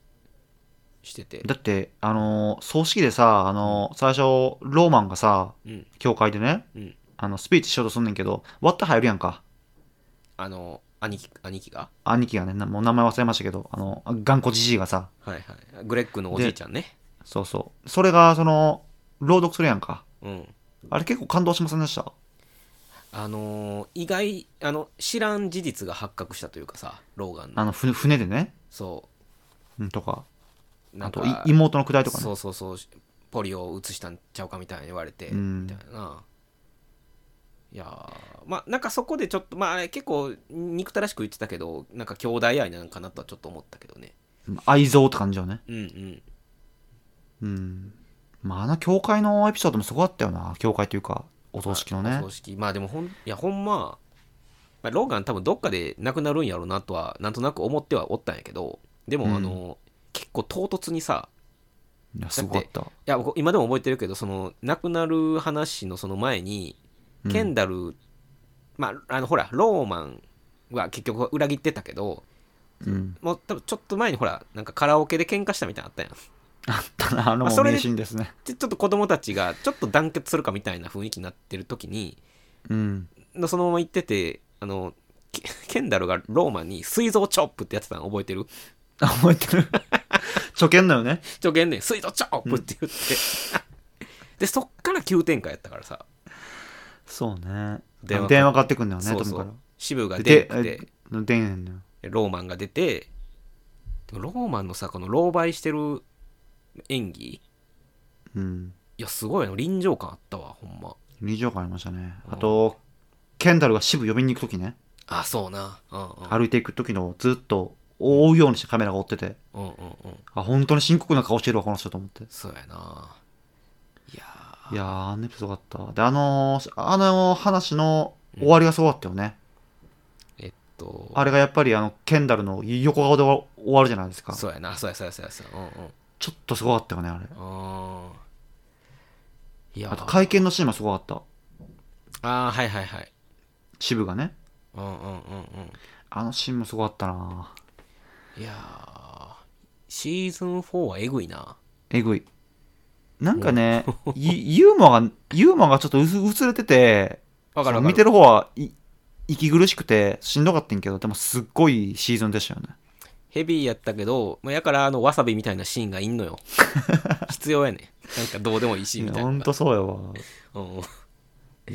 Speaker 3: してて
Speaker 2: だって、あのー葬式でさ、あのー最初、ローマンがさ、
Speaker 3: うん
Speaker 2: 教会でね、
Speaker 3: うん
Speaker 2: あの、スピーチしようとすんねんけど、割って入るやんか。
Speaker 3: あの兄貴兄貴が
Speaker 2: 兄貴がね、なもう名前忘れましたけど、あの、頑固じじいがさ、
Speaker 3: はいはいグレッグのおじいちゃんね
Speaker 2: そうそう。それが、その、朗読するやんか。
Speaker 3: うん
Speaker 2: あれ結構感動しませんでした
Speaker 3: あのー意外あの知らん事実が発覚したというかさローガン
Speaker 2: あ
Speaker 3: の
Speaker 2: の、ふ船でね、
Speaker 3: そ
Speaker 2: うんとか、
Speaker 3: うな
Speaker 2: あ
Speaker 3: んか
Speaker 2: と、い妹のくだりとかね。
Speaker 3: そうそうそうポリオを移したんちゃうかみたいに言われて、
Speaker 2: うん
Speaker 3: みたいないやーまあなんかそこでちょっとまああれ結構憎たらしく言ってたけどなんか兄弟愛なんかなとはちょっと思ったけどね
Speaker 2: 愛憎って感じよね。
Speaker 3: うんうん
Speaker 2: うん。まあ、あの、教会のエピソードもすごかったよな。教会というか、お葬式の
Speaker 3: まあ
Speaker 2: ね
Speaker 3: お葬。式まあでもほんいやほんま、まあ、ローガン多分どっかで亡くなるんやろうなとはなんとなく思ってはおったんやけどでも、
Speaker 2: うん
Speaker 3: あの結構唐突にさ
Speaker 2: いや、すごかった。
Speaker 3: いや僕今でも覚えてるけどその亡くなる話のその前に
Speaker 2: うん
Speaker 3: ケンダル、まああのほらローマンは結局裏切ってたけど
Speaker 2: うん。
Speaker 3: もう多分ちょっと前にほらなんかカラオケで喧嘩したみたいなのあったやん
Speaker 2: ただ、あの、
Speaker 3: まあそれで
Speaker 2: 名シーンですね。
Speaker 3: でちょっと子供たちがちょっと団結するかみたいな雰囲気になってる時に
Speaker 2: うん。
Speaker 3: のそのまま行っててあのケ ケンダルがローマンに水蔵チョップってやってたの覚えてる
Speaker 2: あ覚えてる。初見だよね。
Speaker 3: ちょけんねん水蔵チョップって言って、 でそっから急展開やったからさ
Speaker 2: そうね。
Speaker 3: 電
Speaker 2: 電
Speaker 3: 話
Speaker 2: 話か
Speaker 3: か
Speaker 2: かってくんだよね、
Speaker 3: そう
Speaker 2: トム
Speaker 3: そ
Speaker 2: か
Speaker 3: う渋
Speaker 2: ら。
Speaker 3: が出てき
Speaker 2: で
Speaker 3: て、
Speaker 2: え出んねんだよ。
Speaker 3: ローマンが出て、でもローマンのさ、この狼狽してる演技、い
Speaker 2: うん。
Speaker 3: や、すごいの、臨場感あったわ、ほんま。
Speaker 2: 臨場感ありましたね。あと、ケンダルが渋呼びに行くときね、
Speaker 3: あ、そうな。うんうん。
Speaker 2: 歩いていくときのずっと覆うようにしてカメラが追ってて、
Speaker 3: うんうんうん
Speaker 2: あ、本当に深刻な顔してるわ、この人と思って。
Speaker 3: そうやないや
Speaker 2: いやー、あのエピソードよかった。で、あのーあの話の終わりがすごかったよね。
Speaker 3: ーえっと
Speaker 2: あれがやっぱり、あの、ケンダルの横顔で終わるじゃないですか。
Speaker 3: そうやなそうやそうやそうやそうやうんうん
Speaker 2: ちょっとすごかったよね、あれ。
Speaker 3: あーいや
Speaker 2: あと、会見のシーンもすごかった。
Speaker 3: ああはいはいはい
Speaker 2: 渋がね。
Speaker 3: うんうんうんうん
Speaker 2: あのシーンもすごかったない
Speaker 3: やーシーズン4はえぐいな
Speaker 2: えぐい。なんかね、いユーモアが、ユーモアがちょっと薄薄れてて、
Speaker 3: わかる
Speaker 2: その
Speaker 3: わかる
Speaker 2: 見てる方はい息苦しくてしんどかったんけど、でもすっごいシーズンでしたよね。
Speaker 3: ヘビーやったけど、まあ、やからあのわさびみたいなシーンがいん のよ必要やねなんかどうでもいいシーン
Speaker 2: いや
Speaker 3: みたい
Speaker 2: ほ
Speaker 3: なん
Speaker 2: とそうやわ。
Speaker 3: うん、いや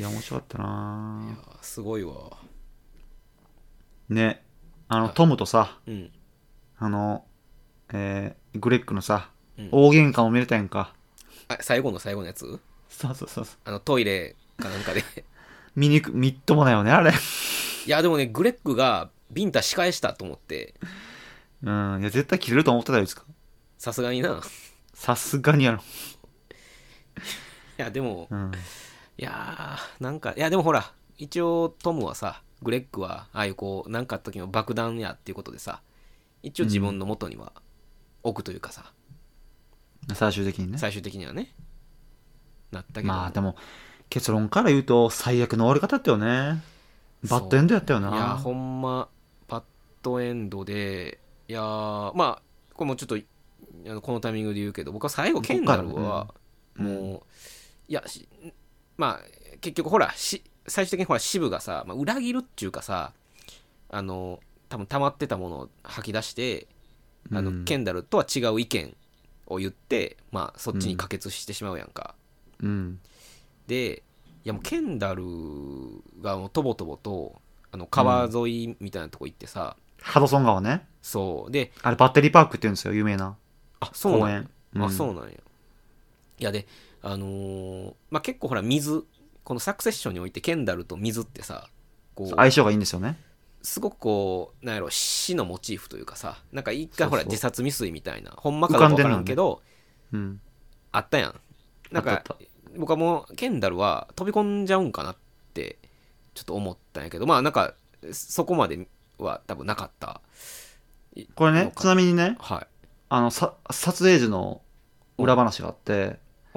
Speaker 2: いや、面白かったな
Speaker 3: すごいわ
Speaker 2: ね。あの、
Speaker 3: はい
Speaker 2: トムとさ、
Speaker 3: うん
Speaker 2: あの、えーグレッグのさ、
Speaker 3: うん
Speaker 2: 大喧嘩も見れたやんか。
Speaker 3: あ最後の最後のやつ
Speaker 2: そうそうそうそう。
Speaker 3: あのトイレかなんかで
Speaker 2: 見にく、みっともないよね、あれ。
Speaker 3: いやでもねグレッグがビンタ仕返したと思って
Speaker 2: うん、いや、絶対切れると思ってたよ、いつか。
Speaker 3: さすがにな
Speaker 2: さすがにやろ。
Speaker 3: いやでも
Speaker 2: うん。
Speaker 3: いやーなんかいやでもほら一応トムはさグレッグはああいうこうなんかあった時の爆弾やっていうことでさ一応自分の元には置くというかさ、
Speaker 2: 最終的にね。
Speaker 3: 最終的にはねなったけど
Speaker 2: まあ、でも、結論から言うと、最悪の終わり方だったよね。バッドエンドやったよ
Speaker 3: いや
Speaker 2: な。
Speaker 3: ほんまバッドエンドでいやーまあこれもちょっとあのこのタイミングで言うけど僕は最後ケンダルは
Speaker 2: うん
Speaker 3: もう、いやしまあ結局ほらし最終的にほら渋がさ、まあ、裏切るっていうかさあの多分溜まってたものを吐き出してあの、
Speaker 2: うん
Speaker 3: ケンダルとは違う意見を言って、まあ、そっちに可決してしまうやんか、
Speaker 2: うん。
Speaker 3: でいやもうケンダルがもうとぼとぼとあの川沿いみたいなとこ行ってさ、
Speaker 2: ハドソン川ね。
Speaker 3: そうで
Speaker 2: あれ、バッテリーパークって言うんですよ、有名な。
Speaker 3: あそう
Speaker 2: 公
Speaker 3: なんや
Speaker 2: 園。、うん
Speaker 3: あそうなんやいやであのーまあ結構ほら水このサクセッションにおいてケンダルと水ってさこう
Speaker 2: 相性がいいんですよね。
Speaker 3: すごくこうなんやろ死のモチーフというかさなんか一回ほら
Speaker 2: そうそう
Speaker 3: 自殺未遂みたいなほんまかどうか分からんけど
Speaker 2: うん。
Speaker 3: あったやんなん
Speaker 2: あっ
Speaker 3: か
Speaker 2: たあっ
Speaker 3: 僕はもうケンダルは飛び込んじゃうんかなってちょっと思ったんやけどまあなんかそこまでは多分なかった
Speaker 2: これ
Speaker 3: の
Speaker 2: ね、
Speaker 3: か
Speaker 2: ちなみにね、
Speaker 3: は
Speaker 2: あの、さ撮影時の裏話があって、
Speaker 3: いうん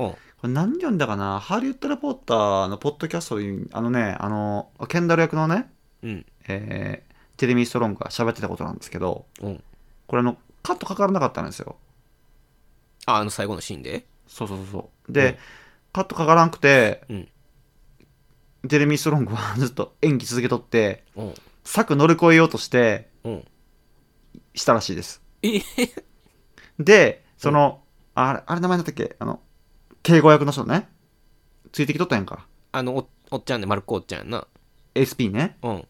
Speaker 2: これ何読んだかなハリウッドレポーターのポッドキャストで、あのね、あの、ケンダル役のね、
Speaker 3: うん
Speaker 2: えー、テレミー・ストロングが喋ってたことなんですけど、
Speaker 3: うん
Speaker 2: これあの、カットかからなかったんですよ。
Speaker 3: ああの最後のシーンで
Speaker 2: そうそうそうそう。で、
Speaker 3: うん
Speaker 2: カットかからんくて、
Speaker 3: うん
Speaker 2: テレミー・ストロングは ずっと演技続けとって、
Speaker 3: うん
Speaker 2: 策乗り越えようとして、
Speaker 3: うん
Speaker 2: したらしいです。
Speaker 3: え
Speaker 2: で、その、あれ、あれ名前なんだったっけあの、敬語役の人ね、ついてきとったやんか。
Speaker 3: あのおおっちゃんね丸っこおっちゃんやんな
Speaker 2: SP ね。
Speaker 3: うん。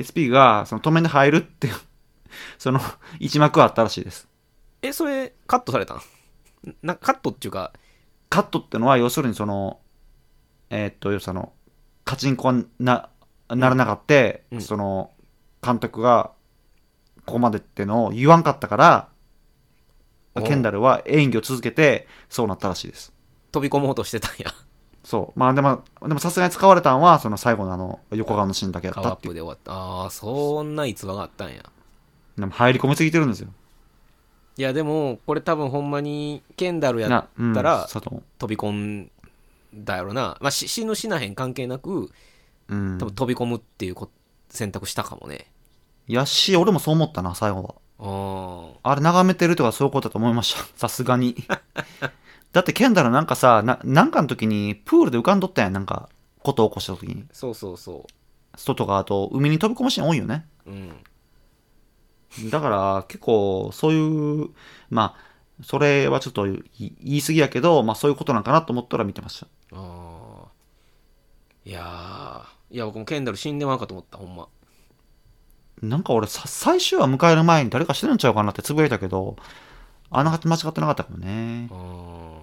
Speaker 2: SP が、その、止めで入るっていう、その、一幕あったらしいです。
Speaker 3: え、それ、カットされたんな、カットっていうか、
Speaker 2: カットってのは、要するにその、えーっと、要するにその、カチンコはな、ならなかって、
Speaker 3: うん
Speaker 2: その、監督が、ここまでってのを言わんかったから、
Speaker 3: お
Speaker 2: ケンダルは演技を続けて、そうなったらしいです。
Speaker 3: 飛び込もうとしてたん や。
Speaker 2: そう。まあでも、でもさすがに使われたんは、その最後のあの、横顔のシーンだけだ
Speaker 3: カ
Speaker 2: っ
Speaker 3: ワ
Speaker 2: た
Speaker 3: アッ
Speaker 2: ってい
Speaker 3: プ
Speaker 2: う。
Speaker 3: で終わった。ああ、そんな逸話があったんや。
Speaker 2: でも入り込みすぎてるんですよ。
Speaker 3: いや、でも、これ多分ほんまに、ケンダルや
Speaker 2: な、うん、
Speaker 3: ったら
Speaker 2: そうだと思
Speaker 3: 飛び込んだやろな。まあ、し死ぬ死なへん関係なく、
Speaker 2: ううん。
Speaker 3: 多分飛び込むっていうこ選択したかもね。
Speaker 2: いやし、俺もそう思ったな、最後は。
Speaker 3: ああ。
Speaker 2: あれ眺めてるとかそういうことだと思いました。 さすがに。だって、ケンダルなんかさ、な、なんかの時に、プールで浮かんどったやん、なんか、ことを起こした時に。
Speaker 3: そうそうそ
Speaker 2: 外が、あと、海に飛び込むシーン多いよね。
Speaker 3: う。うん。
Speaker 2: だから、結構、そういう、まあ、それはちょっと言い言い過ぎやけど、まあそういうことなんかなと思ったら見てました。
Speaker 3: ああ。いやー、いや、僕もケンダル死んでまうかと思った、ほんま。
Speaker 2: なんか俺さ、最終話迎える前に誰かしてるんちゃうかなってつぶやいたけど、あながち間違ってなかったかもね。
Speaker 3: うん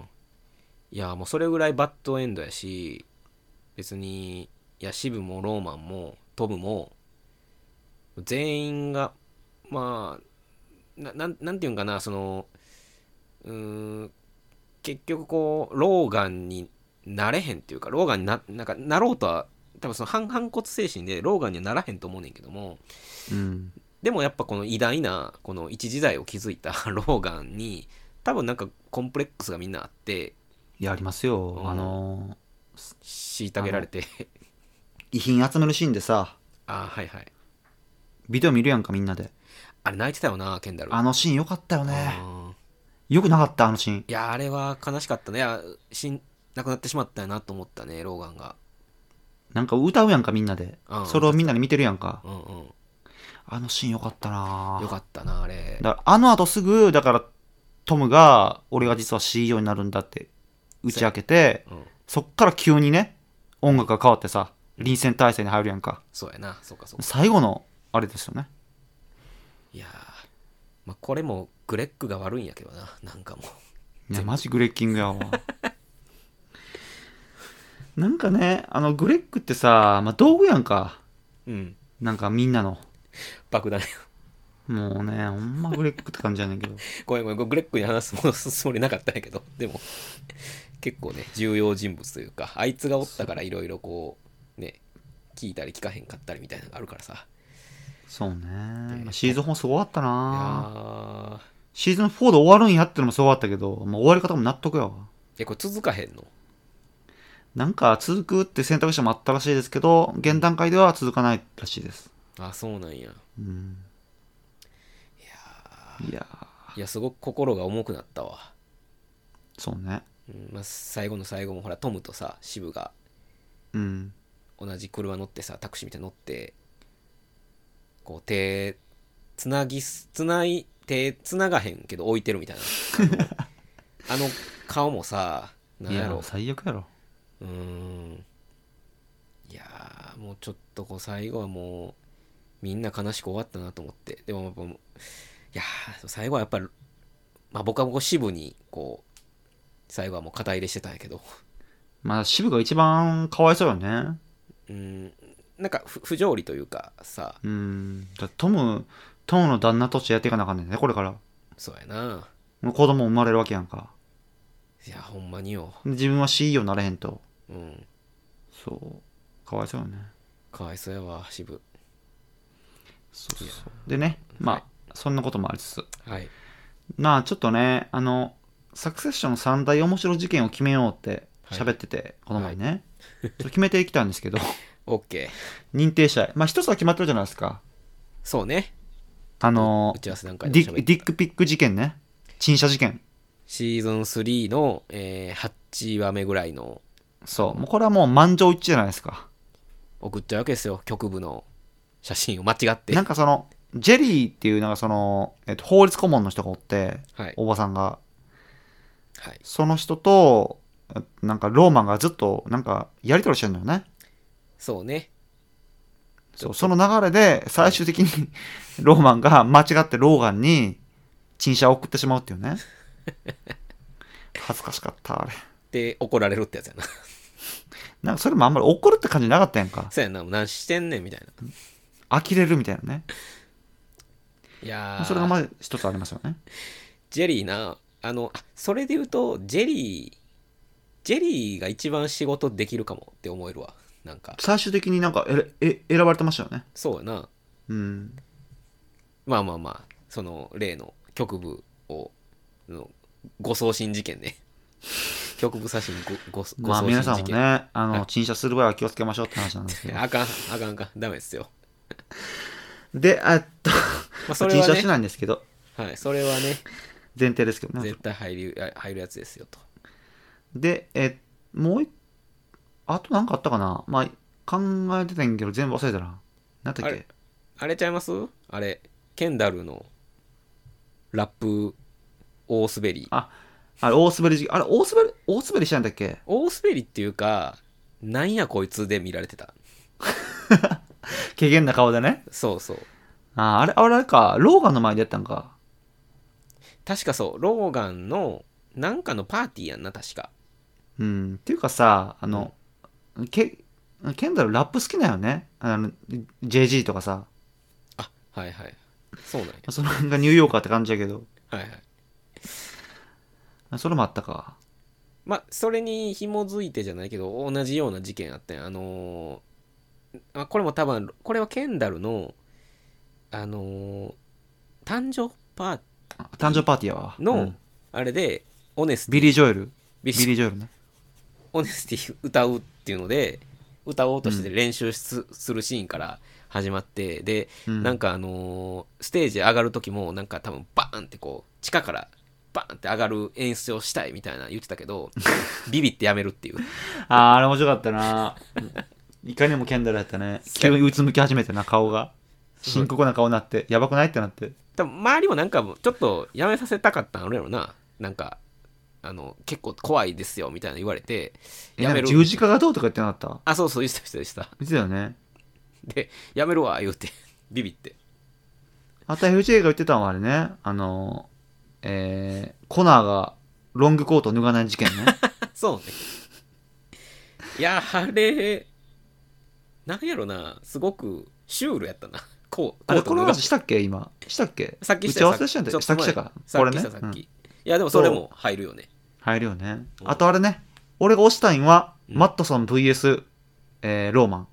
Speaker 3: いやもうそれぐらいバッドエンドやし別にいやシブもローマンもトムも全員がまあななんなんていうんかなそのうーん結局こう老眼になれへんっていうか老眼にななんかなろうとは多分その反反骨精神で老眼にはならへんと思うねんけども
Speaker 2: うん
Speaker 3: でもやっぱこの偉大なこの一時代を築いた 老眼に多分なんかコンプレックスがみんなあって
Speaker 2: いやありますよ、
Speaker 3: うん
Speaker 2: あの
Speaker 3: 虐げられて
Speaker 2: 遺品集めるシーンでさ
Speaker 3: ああはいはい
Speaker 2: ビデオ見るやんかみんなで
Speaker 3: あれ泣いてたよなケンダル
Speaker 2: あのシーンよかったよね
Speaker 3: あー
Speaker 2: よくなかったあのシーン
Speaker 3: いやあれは悲しかったねいや死ん亡くなってしまったよなと思ったね老眼が
Speaker 2: なんか歌うやんかみんなで
Speaker 3: うん
Speaker 2: それをみんなで見てるやんか
Speaker 3: うんうん
Speaker 2: あのシーンよかったな
Speaker 3: よかったなあれ
Speaker 2: だからあの後すぐだからトムが俺が実は CEO になるんだって打ち明けて
Speaker 3: うん
Speaker 2: そっから急にね音楽が変わってさ臨戦態勢に入るやんか
Speaker 3: そうやなそうかそうか
Speaker 2: 最後のあれですよね
Speaker 3: いやーまあこれもグレッグが悪いんやけどななんかも
Speaker 2: いや
Speaker 3: 全部
Speaker 2: マジグレッキングやわ なんかねあのグレッグってさ、まあ、道具やんか
Speaker 3: ううん
Speaker 2: なんかみんなの
Speaker 3: 爆弾
Speaker 2: もうねほんまグレッグって感じやねんけど
Speaker 3: ごめんごめんこれグレッグに話すもの すつもりなかったんやけど でも結構ね重要人物というかあいつがおったからいろいろこうね聞いたり聞かへんかったりみたいなのがあるからさ
Speaker 2: そうね、まあシーズン4すごかった
Speaker 3: いや
Speaker 2: な
Speaker 3: ー
Speaker 2: シーズン4で終わるんやってのもすごかったけど、まあ、終わり方も納得やわ
Speaker 3: えこれ続かへんの
Speaker 2: なんか続くって選択肢もあったらしいですけど、現段階では続かないらしいです。
Speaker 3: あそうなんや
Speaker 2: うん、いや
Speaker 3: いやすごく心が重くなったわ、
Speaker 2: ーそうね。
Speaker 3: うんまあ、最後の最後もほらトムとさシブが
Speaker 2: うん。
Speaker 3: 同じ車乗ってさタクシーみたいに乗ってこう手つなぎすつない手つながへんけど置いてるみたいなあのあの顔もさなん
Speaker 2: い
Speaker 3: や
Speaker 2: や
Speaker 3: ろ、
Speaker 2: 最悪やろ。
Speaker 3: うーんいやーもうちょっとこう最後はもうみんな悲しく終わったなと思ってでもやっぱもういやー最後はやっぱり、まあ、僕はこう支部にこう最後はもう肩入れしてたんやけど
Speaker 2: まあ、渋が一番かわいそうよね。
Speaker 3: うんなんか不不条理というかさ
Speaker 2: うん。だトム、トムの旦那としてやっていかなあかんねんね、これから。
Speaker 3: そうやな
Speaker 2: もう子供生まれるわけやんか。
Speaker 3: いやほんまによ
Speaker 2: で自分は CEO になれへんと。
Speaker 3: うん
Speaker 2: そう。かわいそうよね。
Speaker 3: かわいそうやわ渋
Speaker 2: そうそう。でね、まあ、
Speaker 3: はい
Speaker 2: そんなこともありつつ。
Speaker 3: はい
Speaker 2: まあちょっとね、あの、サクセッション3大面白事件を決めようって喋ってて、この前ね、ちょっと決めてきたんですけ ど、
Speaker 3: OK
Speaker 2: 認定者、まあ一つは決まってるじゃないですか。
Speaker 3: そうね
Speaker 2: あの
Speaker 3: 打、ち合わせ段階
Speaker 2: デ
Speaker 3: で
Speaker 2: ィ
Speaker 3: 喋った
Speaker 2: ディックピック事件ね。陳謝事件。
Speaker 3: シーズン3の、えー8話目ぐらいの
Speaker 2: そう、もうこれはもう満場一致じゃないですか。
Speaker 3: 送っちゃうわけですよ局部の写真を間違って
Speaker 2: なんかその、ジェリーっていう、なんかその、えっと、法律顧問の人がおって、
Speaker 3: はい
Speaker 2: おばさんが、
Speaker 3: はい
Speaker 2: その人と、なんかローマンがずっと、なんか、やりとりしてるのよね。
Speaker 3: そうね
Speaker 2: そうその流れで最終的にローマンが間違ってローガンに陳謝を送ってしまうっていうね恥ずかしかったあれ
Speaker 3: で怒られるってやつやな
Speaker 2: なんかそれもあんまり怒るって感じなかったやんか
Speaker 3: そうやなもう何してんねんみたいな
Speaker 2: 呆れるみたいなね
Speaker 3: いやー
Speaker 2: それがまず一つありますよね
Speaker 3: ジェリーなあのあそれで言うとジェリージェリーが一番仕事できるかもって思えるわなんか
Speaker 2: 最終的になんかええ選ばれてましたよね
Speaker 3: そうやな
Speaker 2: うん
Speaker 3: まあまあまあその例の局部をの誤送信事件ね 局部写真ごご誤
Speaker 2: まあ
Speaker 3: 送
Speaker 2: 皆さ
Speaker 3: 信事
Speaker 2: んも
Speaker 3: 件、
Speaker 2: ねあ
Speaker 3: は
Speaker 2: の
Speaker 3: い
Speaker 2: 陳謝する場合は気をつけましょうって話なんですけど
Speaker 3: あかんあかんあかんダメで すよ、
Speaker 2: で えっと、
Speaker 3: まあ、それ
Speaker 2: 陳
Speaker 3: は
Speaker 2: 謝し
Speaker 3: ね
Speaker 2: ないんですけど
Speaker 3: はい それはね
Speaker 2: 前提ですけどね
Speaker 3: 絶対入るあ入るやつですよと
Speaker 2: で、え、もう一、あとなんかあったかなまあ、考えてたんやけど全部忘れたな。なんだ
Speaker 3: あ
Speaker 2: っ
Speaker 3: れ
Speaker 2: け
Speaker 3: あれちゃいますあれケンダルのラップ大滑り
Speaker 2: ああれ、大滑り時あれ、大滑り、大滑りしたんだっけ
Speaker 3: 大滑りっていうかなんやこいつで見られてた
Speaker 2: 軽減な顔でね。
Speaker 3: そうそう
Speaker 2: ああれ、あれあれか、ローガンの前でやったんか。
Speaker 3: 確かそうローガンのなんかのパーティーやんな確か
Speaker 2: うん。っていうかさ、あの、けケンダルラップ好きなよねあの、JG とかさ、
Speaker 3: あはいはいそうなんや。
Speaker 2: その辺がニューヨーカーって感じやけど、
Speaker 3: はいはい。
Speaker 2: それもあったか。
Speaker 3: まあ、それに紐づいてじゃないけど、同じような事件あったんやあのーまあ、これも多分、これはケンダルの、あのー誕生パーテ
Speaker 2: あ誕生パーティーやわ。
Speaker 3: ィーの、
Speaker 2: うん
Speaker 3: あれで、オネスティ、
Speaker 2: ビリー・ジョエル。
Speaker 3: ビ
Speaker 2: ビ
Speaker 3: リ
Speaker 2: リー・ジョエルね。
Speaker 3: オネスティ歌うっていうので、歌おうとして練習す,、するシーンから始まって、で、
Speaker 2: うん
Speaker 3: なんかあのーステージ上がる時もなんか多分バーンってこう地下からバーンって上がる演出をしたいみたいな言ってたけ どビビってやめるっていう
Speaker 2: あー、あれ面白かったな。いかにもケンダルやったね。急にうつむき始めてな、顔が。深刻な顔になって、やばくないってなって。
Speaker 3: 多分周りもなんかもうちょっとやめさせたかったんあるやろななんかあの結構怖いですよみたいな言われて
Speaker 2: え
Speaker 3: やめ
Speaker 2: なん
Speaker 3: る
Speaker 2: か十字架がどうとか言ってなかった
Speaker 3: あそうそう言ってた言ってた言って
Speaker 2: 見てたよね。
Speaker 3: たでやめるわ言うて ビビって
Speaker 2: あと FJ が言ってたのはあれね、あの、えー、コナーがロングコートを脱がない事件ね。
Speaker 3: あそうねいやあれなんやろなすごくシュールやったなこう
Speaker 2: あれ、
Speaker 3: コ
Speaker 2: こ
Speaker 3: ート脱
Speaker 2: の
Speaker 3: が
Speaker 2: 話したっけ今。したっけ
Speaker 3: さっき
Speaker 2: 打
Speaker 3: し
Speaker 2: ち
Speaker 3: た
Speaker 2: 合
Speaker 3: よ
Speaker 2: わせしたんだ
Speaker 3: ちょ
Speaker 2: よ。
Speaker 3: っと
Speaker 2: さっきしたか。
Speaker 3: さ
Speaker 2: こ
Speaker 3: っ
Speaker 2: れ
Speaker 3: き
Speaker 2: ね
Speaker 3: した、さっ
Speaker 2: うん
Speaker 3: き。いや、でもそれも入るよね。
Speaker 2: 入るよね。
Speaker 3: うん
Speaker 2: あとあれね、俺が押したいんは、
Speaker 3: うん
Speaker 2: マットソン VS、えーローマン。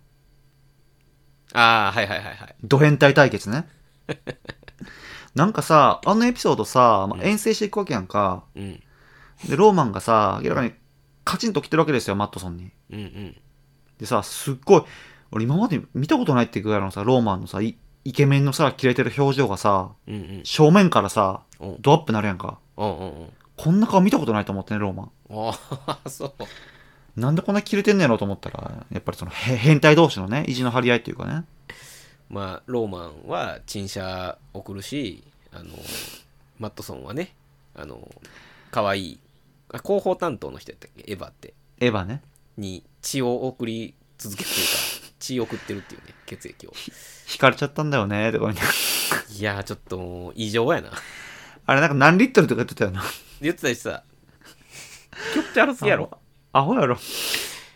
Speaker 3: ああ、はいはいはいはい。
Speaker 2: ド変態対 決ね。なんかさ、あのエピソードさ、まあ
Speaker 3: うん
Speaker 2: 遠征していくわけやんか。
Speaker 3: うん。
Speaker 2: で、ローマンがさ、明らかにカチンと来てるわけですよ、マットソンに。
Speaker 3: うんうん。
Speaker 2: でさ、すっごい、俺今まで見たことないってぐらいのさ、ローマンのさ、イイケメンのさ、切れてる表情がさ、
Speaker 3: うんうん。
Speaker 2: 正面からさ、
Speaker 3: おう
Speaker 2: ドアップなるやんか。
Speaker 3: おうおう
Speaker 2: こんな顔見たことないと思ってね、ローマン。
Speaker 3: おうああ、 そう。
Speaker 2: なんでこんな切れてんねやろと思ったら、やっぱりそのへ変態同士のね、意地の張り合いっていうかね。
Speaker 3: まあ、ローマンは陳謝送るし、あの、マットソンはね、あの、可愛いあ広報担当の人やったっけ、エヴァって、
Speaker 2: エヴァね。
Speaker 3: に血を送り続けるという か、血を送ってるっていうね、血液を。
Speaker 2: 惹かれちゃったんだよね、とか言って。
Speaker 3: いやー、ちょっともう異常やな。
Speaker 2: あれなんか何リットルとか言ってたよな。
Speaker 3: 言ってた言ってた。 気持ち悪すぎやろ。
Speaker 2: アホやろ。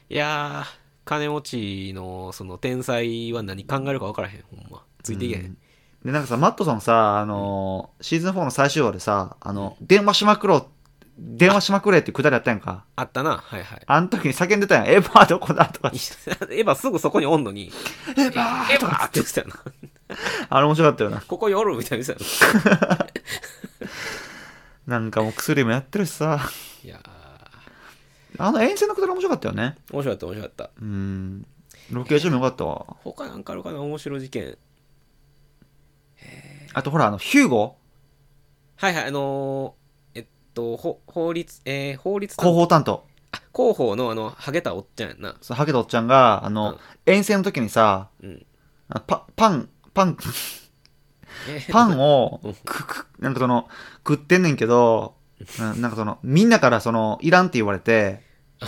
Speaker 3: いやー、金持ちのその天才は何考えるか分からへん、ほんま。ついていけへ
Speaker 2: う
Speaker 3: ん。
Speaker 2: んで、なんかさ、マットソンさ、あのーシーズン4の最終話でさ、あの、電話しまくろう、電話しまくれってくだりあったやんか。
Speaker 3: あったな、はいはい。
Speaker 2: あの時に叫んでたやん。エヴァどこだとか
Speaker 3: い。やエヴァすぐそこにおんのに、
Speaker 2: エヴァ
Speaker 3: エ
Speaker 2: ー
Speaker 3: ヴ
Speaker 2: と
Speaker 3: ァっ
Speaker 2: か。
Speaker 3: て言ってたよな。
Speaker 2: あれ面白かったよな。
Speaker 3: ここにおるみたいな言ってたよ
Speaker 2: なんかもう薬もやってるしさ。
Speaker 3: な。いや
Speaker 2: あの遠征のくだり面白かったよね。
Speaker 3: ー、面白かった、面白かった。
Speaker 2: うん。ロケーションもよかったわ。
Speaker 3: 他なんかあるかな、面白い事件。
Speaker 2: あとほら、あの、ヒューゴ
Speaker 3: はいはい、あのー、えっと、ほ法律、えー、法律担
Speaker 2: 広報担当。
Speaker 3: あ広報のあの、ハゲたおっちゃんやんな。
Speaker 2: そのハゲドおっちゃんが、あ
Speaker 3: うん
Speaker 2: の、遠征の時にさ、
Speaker 3: うん。
Speaker 2: あパパン、パン、
Speaker 3: えー
Speaker 2: パンを
Speaker 3: うん、
Speaker 2: く、く、なんかその、食ってんねんけど、うんなんかその、みんなからその、いらんって言われて、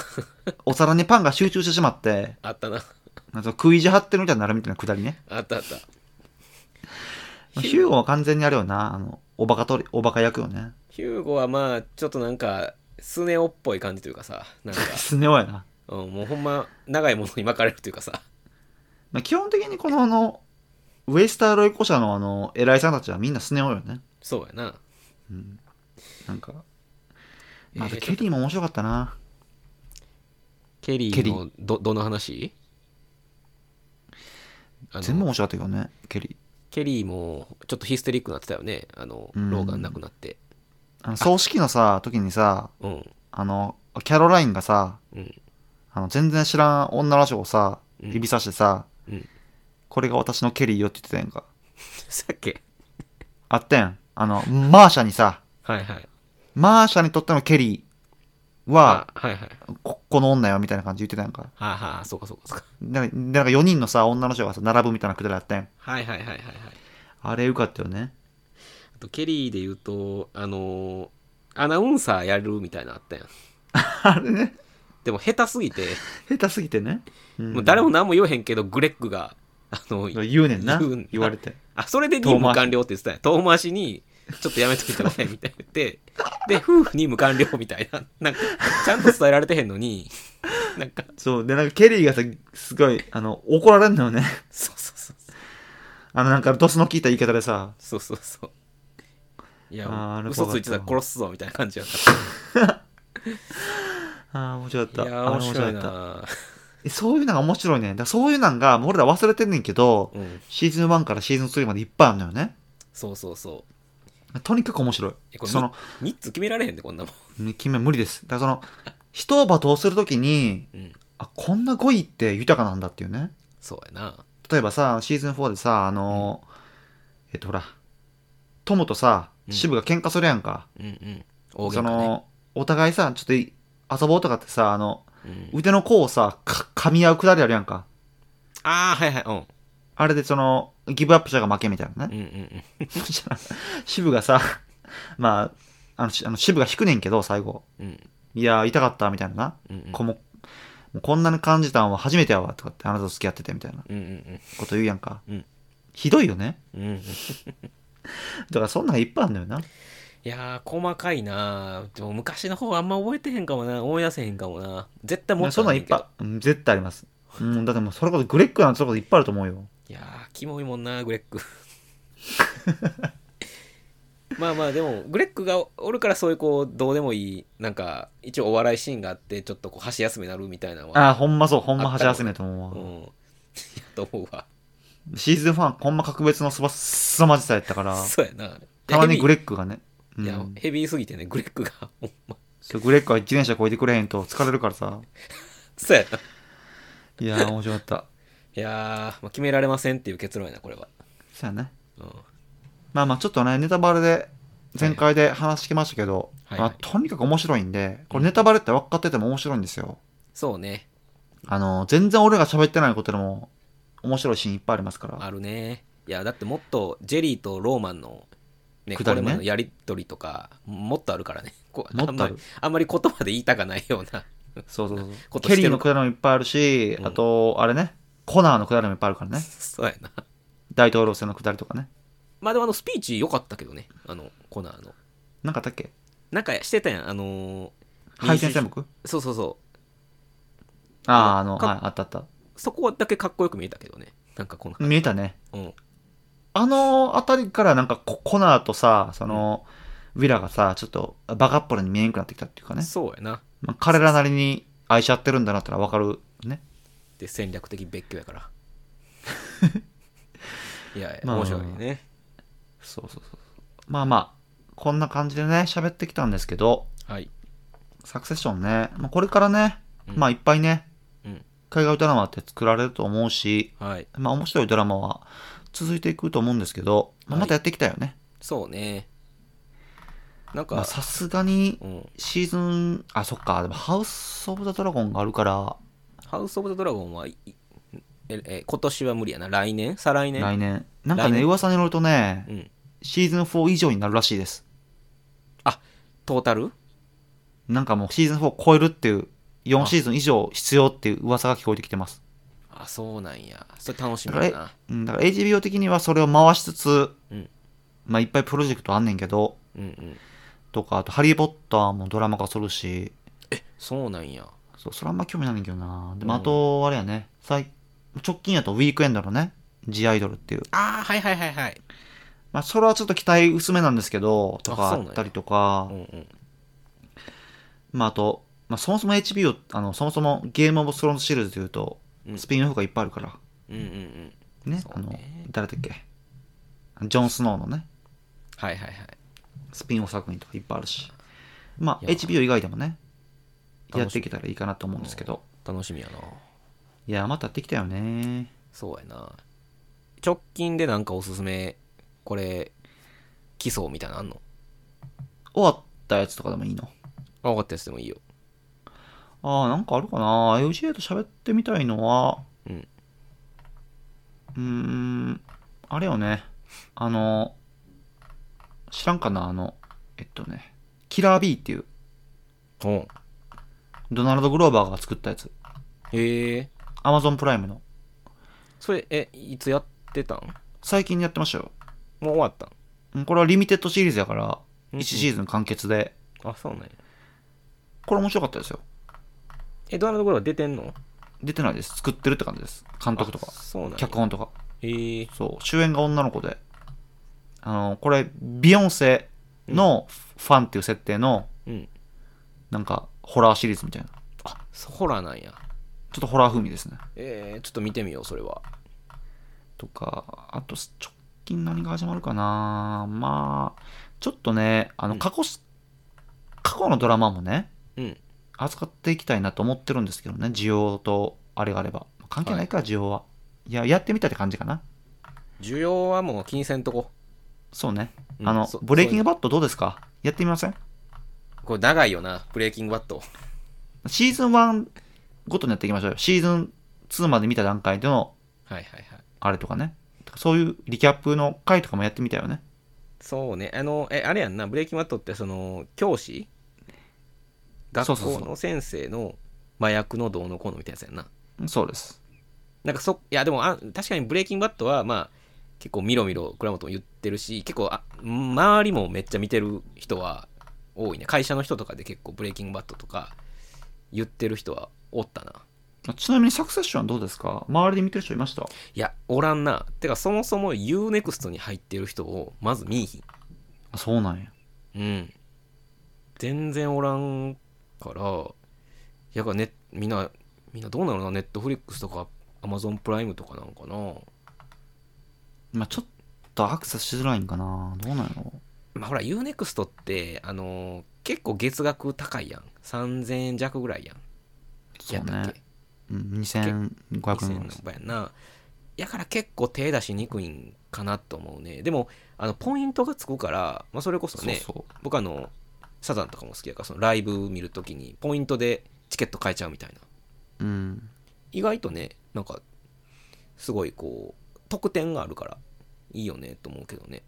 Speaker 2: お皿にパンが集中してしまって、
Speaker 3: あったな。
Speaker 2: なんかその食い地張ってるみたいになるみたいなくだりね。
Speaker 3: あったあった。
Speaker 2: ヒューゴは完全にあれよな、あの、おバカとり、おバカ役よね。
Speaker 3: ヒューゴはまあ、ちょっとなんか、スネ夫っぽい感じというかさ、なんか、
Speaker 2: スネ夫やな。
Speaker 3: うん、もうほんま、長いものに巻かれるというかさ。
Speaker 2: まあ、基本的にこの、あの、ウエスターロイコ社のあの、偉いさんたちはみんなスネ夫よね。
Speaker 3: そうやな。
Speaker 2: うん。なんか、まああと
Speaker 3: えー
Speaker 2: ケリーも面白かったな。
Speaker 3: ケリ
Speaker 2: ケ
Speaker 3: ー
Speaker 2: リ
Speaker 3: のど、どの話あの
Speaker 2: 全部面白かったけどね、ケリー。
Speaker 3: ケリーも、ちょっとヒステリックになってたよね。あの、
Speaker 2: うん
Speaker 3: ローガン亡くなって。
Speaker 2: あの葬式のさ、時にさ、
Speaker 3: うん。
Speaker 2: あの、キャロラインがさ、
Speaker 3: うん。
Speaker 2: あの、全然知らん女の人をさ、
Speaker 3: うん
Speaker 2: 指さしてさ、
Speaker 3: うん
Speaker 2: これが私のケリーよって言ってたやんか。
Speaker 3: さっき。
Speaker 2: あったやん。あの、マーシャにさ、
Speaker 3: はいはい。
Speaker 2: マーシャにとってのケリーは、
Speaker 3: あ、はいはい。
Speaker 2: こ、この女よみたいな感じで言ってたやんか。
Speaker 3: はあはあ、そうかそうかそうか。
Speaker 2: なんか、なんか4人のさ、女の人がさ、並ぶみたいなくだりあったやん。
Speaker 3: はいはいはいはいはい。
Speaker 2: あれよかったよね。
Speaker 3: あと、ケリーで言うと、あのーアナウンサーやるみたいなのあったやん。
Speaker 2: あれね、
Speaker 3: でも、下手すぎて、
Speaker 2: 下手すぎてね。うん
Speaker 3: もう誰も何も言えへんけど、グレッグが、あの、
Speaker 2: 言うねんな。
Speaker 3: 言うんだ
Speaker 2: 言われて。
Speaker 3: あ、それで任務完了って言ってたよ。遠回しに、ちょっとやめといたらね、みたいな言って。で、夫婦任務完了みたいな。なんか、ちゃんと伝えられてへんのに、なんか、
Speaker 2: そう、で、なんかケリーがさ、すごい、あの、怒られんのよね。
Speaker 3: そうそうそうそう。
Speaker 2: あのなんかドスの効いた言い方でさ、
Speaker 3: そうそうそう。い
Speaker 2: あーあ
Speaker 3: や、
Speaker 2: れ
Speaker 3: 嘘ついてたら
Speaker 2: 怖かった
Speaker 3: 殺すぞみたいな感じやった。
Speaker 2: ああ、面白かっ
Speaker 3: い
Speaker 2: た。
Speaker 3: や
Speaker 2: あ
Speaker 3: ー、
Speaker 2: れ
Speaker 3: 面白い
Speaker 2: かった
Speaker 3: な。
Speaker 2: えそういうのが面白いね。だからそういうのが、もう俺ら忘れてんねんけど、
Speaker 3: うん、
Speaker 2: シーズン1からシーズン3までいっぱいあるのよね。
Speaker 3: そうそうそう。
Speaker 2: とにかく面白
Speaker 3: え
Speaker 2: い。
Speaker 3: これ
Speaker 2: その、
Speaker 3: 3つ決められへんで、こんなもん。
Speaker 2: 君は無理です。だからその、人を罵倒するときに、
Speaker 3: うん、
Speaker 2: あ、こんな語彙って豊かなんだっていうね。
Speaker 3: そうやな。
Speaker 2: 例えばさ、シーズン4でさ、あのーえっとほら、トムとさ、
Speaker 3: うん
Speaker 2: シブが喧嘩するやんか。
Speaker 3: うんうん。大げ
Speaker 2: そ
Speaker 3: んかね。
Speaker 2: の、お互いさ、ちょっとい遊ぼうとかってさ、あの、
Speaker 3: うん、
Speaker 2: 腕の甲をさ、か噛み合うくだりあるやんか。
Speaker 3: ああ、はいはい。うん。
Speaker 2: あれでその、ギブアップ者が負けみたいな
Speaker 3: う
Speaker 2: ね。
Speaker 3: んうん
Speaker 2: そしたら、シブがさ、まあ、あの、しあのシブが引くねんけど、最後。
Speaker 3: うん。うん
Speaker 2: いやー、痛かった、みたいなな。
Speaker 3: うんうん。
Speaker 2: こももうこんなに感じたんは初めてやわ、とかって、あなたと付き合ってて、みたいな
Speaker 3: うんうん
Speaker 2: こと言うやんか。
Speaker 3: うん
Speaker 2: ひどいよね。
Speaker 3: うん。うん。
Speaker 2: だからそんなんいっぱいあるんだよな。
Speaker 3: いやー、細かいなでも昔の方あんま覚えてへんかもな。思い出せへんかもな。絶対も
Speaker 2: も
Speaker 3: っ
Speaker 2: うそ
Speaker 3: と
Speaker 2: ん
Speaker 3: あ
Speaker 2: なんんいっ
Speaker 3: ねけど
Speaker 2: ぱい、うん絶対あります。うん、だってもうそれこそグレックなんてそれこそいっぱいあると思うよ。
Speaker 3: いやー、キモいもんな、グレック。 まあまあ、でも、グレックがおるから、そういうこう、どうでもいい、なんか、一応お笑いシーンがあって、ちょっとこう、箸休めになるみたいなのは、
Speaker 2: ああ、ほんまそう、ほんま
Speaker 3: あっ
Speaker 2: 恥
Speaker 3: たよ
Speaker 2: 休めと思
Speaker 3: う
Speaker 2: うわ。
Speaker 3: ん、やと思うわ。
Speaker 2: シーズンファン、ほんま格別のすばすさまじさやったから、
Speaker 3: そうやな。
Speaker 2: たまにグ
Speaker 3: レッ
Speaker 2: レックがね、う
Speaker 3: ク、いや
Speaker 2: ん、、
Speaker 3: ヘビーすぎてね、グレックが、 ほんま、
Speaker 2: そうグレックは自転車超えてくれへんと疲れるからさ。
Speaker 3: そうやな。
Speaker 2: いやー、面白かった。
Speaker 3: いやー、まあ、決められませんっていう結論やな、これは。
Speaker 2: そうやね。
Speaker 3: うん、
Speaker 2: まあまあ、ちょっとね、ネタバレで、前回で話してきましたけど、
Speaker 3: はいはい
Speaker 2: まあ、とにかく面白いんで、これネタバレって分かってても面白いんですよ。
Speaker 3: そうね、
Speaker 2: あの、全然俺が喋ってないことでも、面白いシーンいっぱいありますから。
Speaker 3: あるね。いや、だってもっと、ジェリーとローマンの、ね、
Speaker 2: く
Speaker 3: こ
Speaker 2: だ
Speaker 3: れ
Speaker 2: りね
Speaker 3: までのやりとりとか、もっとあるからね。 こう
Speaker 2: もっとある
Speaker 3: んまりあんまり言葉で言いたかないような。
Speaker 2: そうそうそう
Speaker 3: こ。とし
Speaker 2: ケ
Speaker 3: て
Speaker 2: リ
Speaker 3: る
Speaker 2: ーのくだりもいっぱいあるし、
Speaker 3: うん
Speaker 2: あと、あれね、コナーのくだりもいっぱいあるからね。
Speaker 3: そうやな。
Speaker 2: 大統領選のくだりとかね。
Speaker 3: まあでもあのスピーチ良かったけどね、あの、コナーの。
Speaker 2: なんかあったっけ
Speaker 3: なんかしてたやん、あのー、
Speaker 2: 敗戦戦
Speaker 3: 民
Speaker 2: 目
Speaker 3: 主そうそうそ
Speaker 2: ああ、あの、
Speaker 3: か
Speaker 2: はい、あったあった。
Speaker 3: う。そこだけかっこよく見えたけどね。なんかこの、
Speaker 2: 見えたね。
Speaker 3: うん。
Speaker 2: あのあたりからなんかココナーとさ、その、ウィラがさ、ちょっとバカっぽいのに見えんくなってきたっていうかね。
Speaker 3: そうやな。
Speaker 2: まあ、彼らなりに愛し合ってるんだなってのはわかるね。
Speaker 3: で、戦略的別居 やから。いやいや、
Speaker 2: まあ
Speaker 3: 面白いね。
Speaker 2: そうそうそう。まあまあ、こんな感じでね、喋ってきたんですけど、
Speaker 3: はい。
Speaker 2: サクセッションね、まあ、これからね、
Speaker 3: うん
Speaker 2: まあいっぱいね、
Speaker 3: うん。
Speaker 2: 海外ドラマって作られると思うし、
Speaker 3: はい。
Speaker 2: まあ面白いドラマは続いていくと思うんですけど、まあ、
Speaker 3: はい
Speaker 2: またやっていきたいよね。
Speaker 3: そうね。なん
Speaker 2: まあ
Speaker 3: か、
Speaker 2: さすがに
Speaker 3: うん。
Speaker 2: シーズン、あ、そっか、でもハウス・オブ・ザ・ドラゴンがあるから、
Speaker 3: ハウス・オブ・ザ・ドラゴンはい、いえ、え今年は無理やな。来年再来年
Speaker 2: 来年。なんか
Speaker 3: 来
Speaker 2: ね、
Speaker 3: 年
Speaker 2: 噂によるとね、
Speaker 3: うん。
Speaker 2: シーズン4以上になるらしいです。
Speaker 3: トータル
Speaker 2: なんかもうシーズン4超えるっていう、4シーズン以上必要っていう噂が聞こえてきてます。
Speaker 3: あ、そうなんや。それ楽し
Speaker 2: だか
Speaker 3: み
Speaker 2: ら
Speaker 3: や
Speaker 2: え
Speaker 3: な。
Speaker 2: うんだから HBO 的にはそれを回しつつ、
Speaker 3: うん
Speaker 2: まあいっぱいプロジェクトあんねんけど、
Speaker 3: うんうん。
Speaker 2: とか、あとハリー・ポッターもドラマ化するし、
Speaker 3: そうなんや。
Speaker 2: そう、それあんま興味ないねんけどな。でも
Speaker 3: うん
Speaker 2: あと、あれやね、最、直近やとウィークエンドのね、ジアイドルっていう。
Speaker 3: ああ、はいはいはいはい。
Speaker 2: まあそれはちょっと期待薄めなんですけど、と
Speaker 3: あ
Speaker 2: か
Speaker 3: そう
Speaker 2: あ
Speaker 3: なんや
Speaker 2: ったりとか
Speaker 3: う、んうん。
Speaker 2: まああと、まあそもそも HBO、あの、そもそもゲームオブスローンズシリーズというと
Speaker 3: う、ん
Speaker 2: スピンオフがいっぱいあるから、
Speaker 3: うんうんうん。
Speaker 2: ね、
Speaker 3: そ
Speaker 2: あ
Speaker 3: う
Speaker 2: の
Speaker 3: ね、
Speaker 2: 誰だっけ、ジョン・スノーのね、
Speaker 3: はいはいはい。
Speaker 2: スピンオフ作品とかいっぱいあるし、まあ
Speaker 3: いや
Speaker 2: HBO 以外でもね、
Speaker 3: 楽しみ
Speaker 2: やっていけたらいいかなと思うんですけど、
Speaker 3: 楽しみやな。
Speaker 2: いや、またやってきたよね。
Speaker 3: そうやな。直近でなんかおすすめ、これ、基礎みたいなのあんの
Speaker 2: 終わったやつとかでもいいの
Speaker 3: あ、分かったやつでもいいよ。
Speaker 2: ああ、なんかあるかな ?LGA と喋ってみたいのは、
Speaker 3: うん。
Speaker 2: うーん、あれよね。あの、知らんかなあの、えっとね、キラー B っていう、
Speaker 3: うん。
Speaker 2: ドナルド・グローバーが作ったやつ。
Speaker 3: へえ。
Speaker 2: Amazon プライムの。
Speaker 3: それ、え、いつやってたん
Speaker 2: 最近やってましたよ。
Speaker 3: もう終わった
Speaker 2: う
Speaker 3: ん
Speaker 2: んこれはリミテッドシリーズやから、
Speaker 3: うん
Speaker 2: 1シーズン完結で、
Speaker 3: あ、そうなんや。
Speaker 2: これ面白かったですよ。
Speaker 3: え、ドナルド・グローバー出てんの
Speaker 2: 出てないです。作ってるって感じです。監督とか
Speaker 3: あ、そうなんや。
Speaker 2: 脚本とか。
Speaker 3: えへえ。
Speaker 2: そう、主演が女の子で、あの、これ、ビヨンセのファンっていう設定の、
Speaker 3: うん。
Speaker 2: なんか、ホラーシリーズみたいな。
Speaker 3: あ、そホラーなんや。
Speaker 2: ちょっとホラー風味ですね。
Speaker 3: えー、ちょっと見てみよう、それは。
Speaker 2: とか、あと、直近何が始まるかなまあ、ちょっとね、あ
Speaker 3: う
Speaker 2: の、
Speaker 3: ん
Speaker 2: 過去す、過去のドラマもね、
Speaker 3: うん。
Speaker 2: 扱っていきたいなと思ってるんですけどね、需要と、あれがあれば。関係ないか、需要は。いや、やってみたって感じかな。
Speaker 3: 需要はもう金銭とこ。
Speaker 2: そうね。
Speaker 3: うん
Speaker 2: あの
Speaker 3: そ、
Speaker 2: ブレイキングバットどうですかやってみません
Speaker 3: これ長いよな、ブレイキングバット。
Speaker 2: シーズン1ごとにやっていきましょうよ。シーズン2まで見た段階での
Speaker 3: はいはいはい。
Speaker 2: あれとかね。そういうリキャップの回とかもやってみたよね。
Speaker 3: そうね。あの、え、あれやんな、ブレイキングバットってその、教師
Speaker 2: そう
Speaker 3: 学
Speaker 2: そうそう
Speaker 3: 校の先生の麻薬のどうのこうのみたいなやつやんな。
Speaker 2: そうです。
Speaker 3: なんかそ、いやでもあ、確かにブレイキングバットは、まあ、結構みろみろ倉本も言ってるし、結構あ、周りもめっちゃ見てる人は多いね。会社の人とかで結構ブレイキングバットとか言ってる人はおったな。
Speaker 2: ちなみにサクセッションはどうですか周りで見てる人いました
Speaker 3: いや、おらんな。てか、そもそも UNEXT に入ってる人をまず見いひん。
Speaker 2: あ、そうなんや。
Speaker 3: うん。全然おらんから、やっぱね、みんな、みんなどうなのな、ネットフリックスとか、アマゾンプライムとかなんかな。
Speaker 2: まあ、ちょっとアクセスしづらいんかな。どうなんやろ
Speaker 3: まあほら、UNEXT って、あのー結構月額高いやん。3000円弱ぐらいやん。
Speaker 2: そう
Speaker 3: やった
Speaker 2: ね
Speaker 3: っ。け
Speaker 2: うん2500円
Speaker 3: ?2000 円
Speaker 2: ぐらい
Speaker 3: の場やんな。やから結構手出しにくいんかなと思うね。でも、あの、ポイントがつくから、まあそれこそ
Speaker 2: そう
Speaker 3: ね、
Speaker 2: そ
Speaker 3: 僕あのサザンとかも好きやからそのライブ見るときにポイントでチケット買えちゃうみたいな
Speaker 2: う。うん。
Speaker 3: 意外とねなんかすごいこう特典があるからいいよねと思うけどね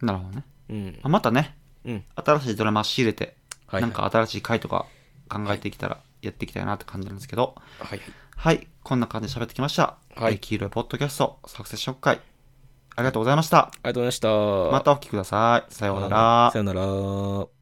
Speaker 2: なるほどね。
Speaker 3: うん
Speaker 2: あまたね、
Speaker 3: うん
Speaker 2: 新しいドラマ仕入れて、
Speaker 3: はいはい
Speaker 2: なんか新しい回とか考えていきたら、やっていきたいなって感じなんですけど。
Speaker 3: はいはい
Speaker 2: はい、こんな感じで喋ってきました。
Speaker 3: はい
Speaker 2: えー黄色いポッドキャスト、作成紹介。ありがとうございました。
Speaker 3: ありがとうございました
Speaker 2: またお聞きください。さようなら
Speaker 3: さ。よなら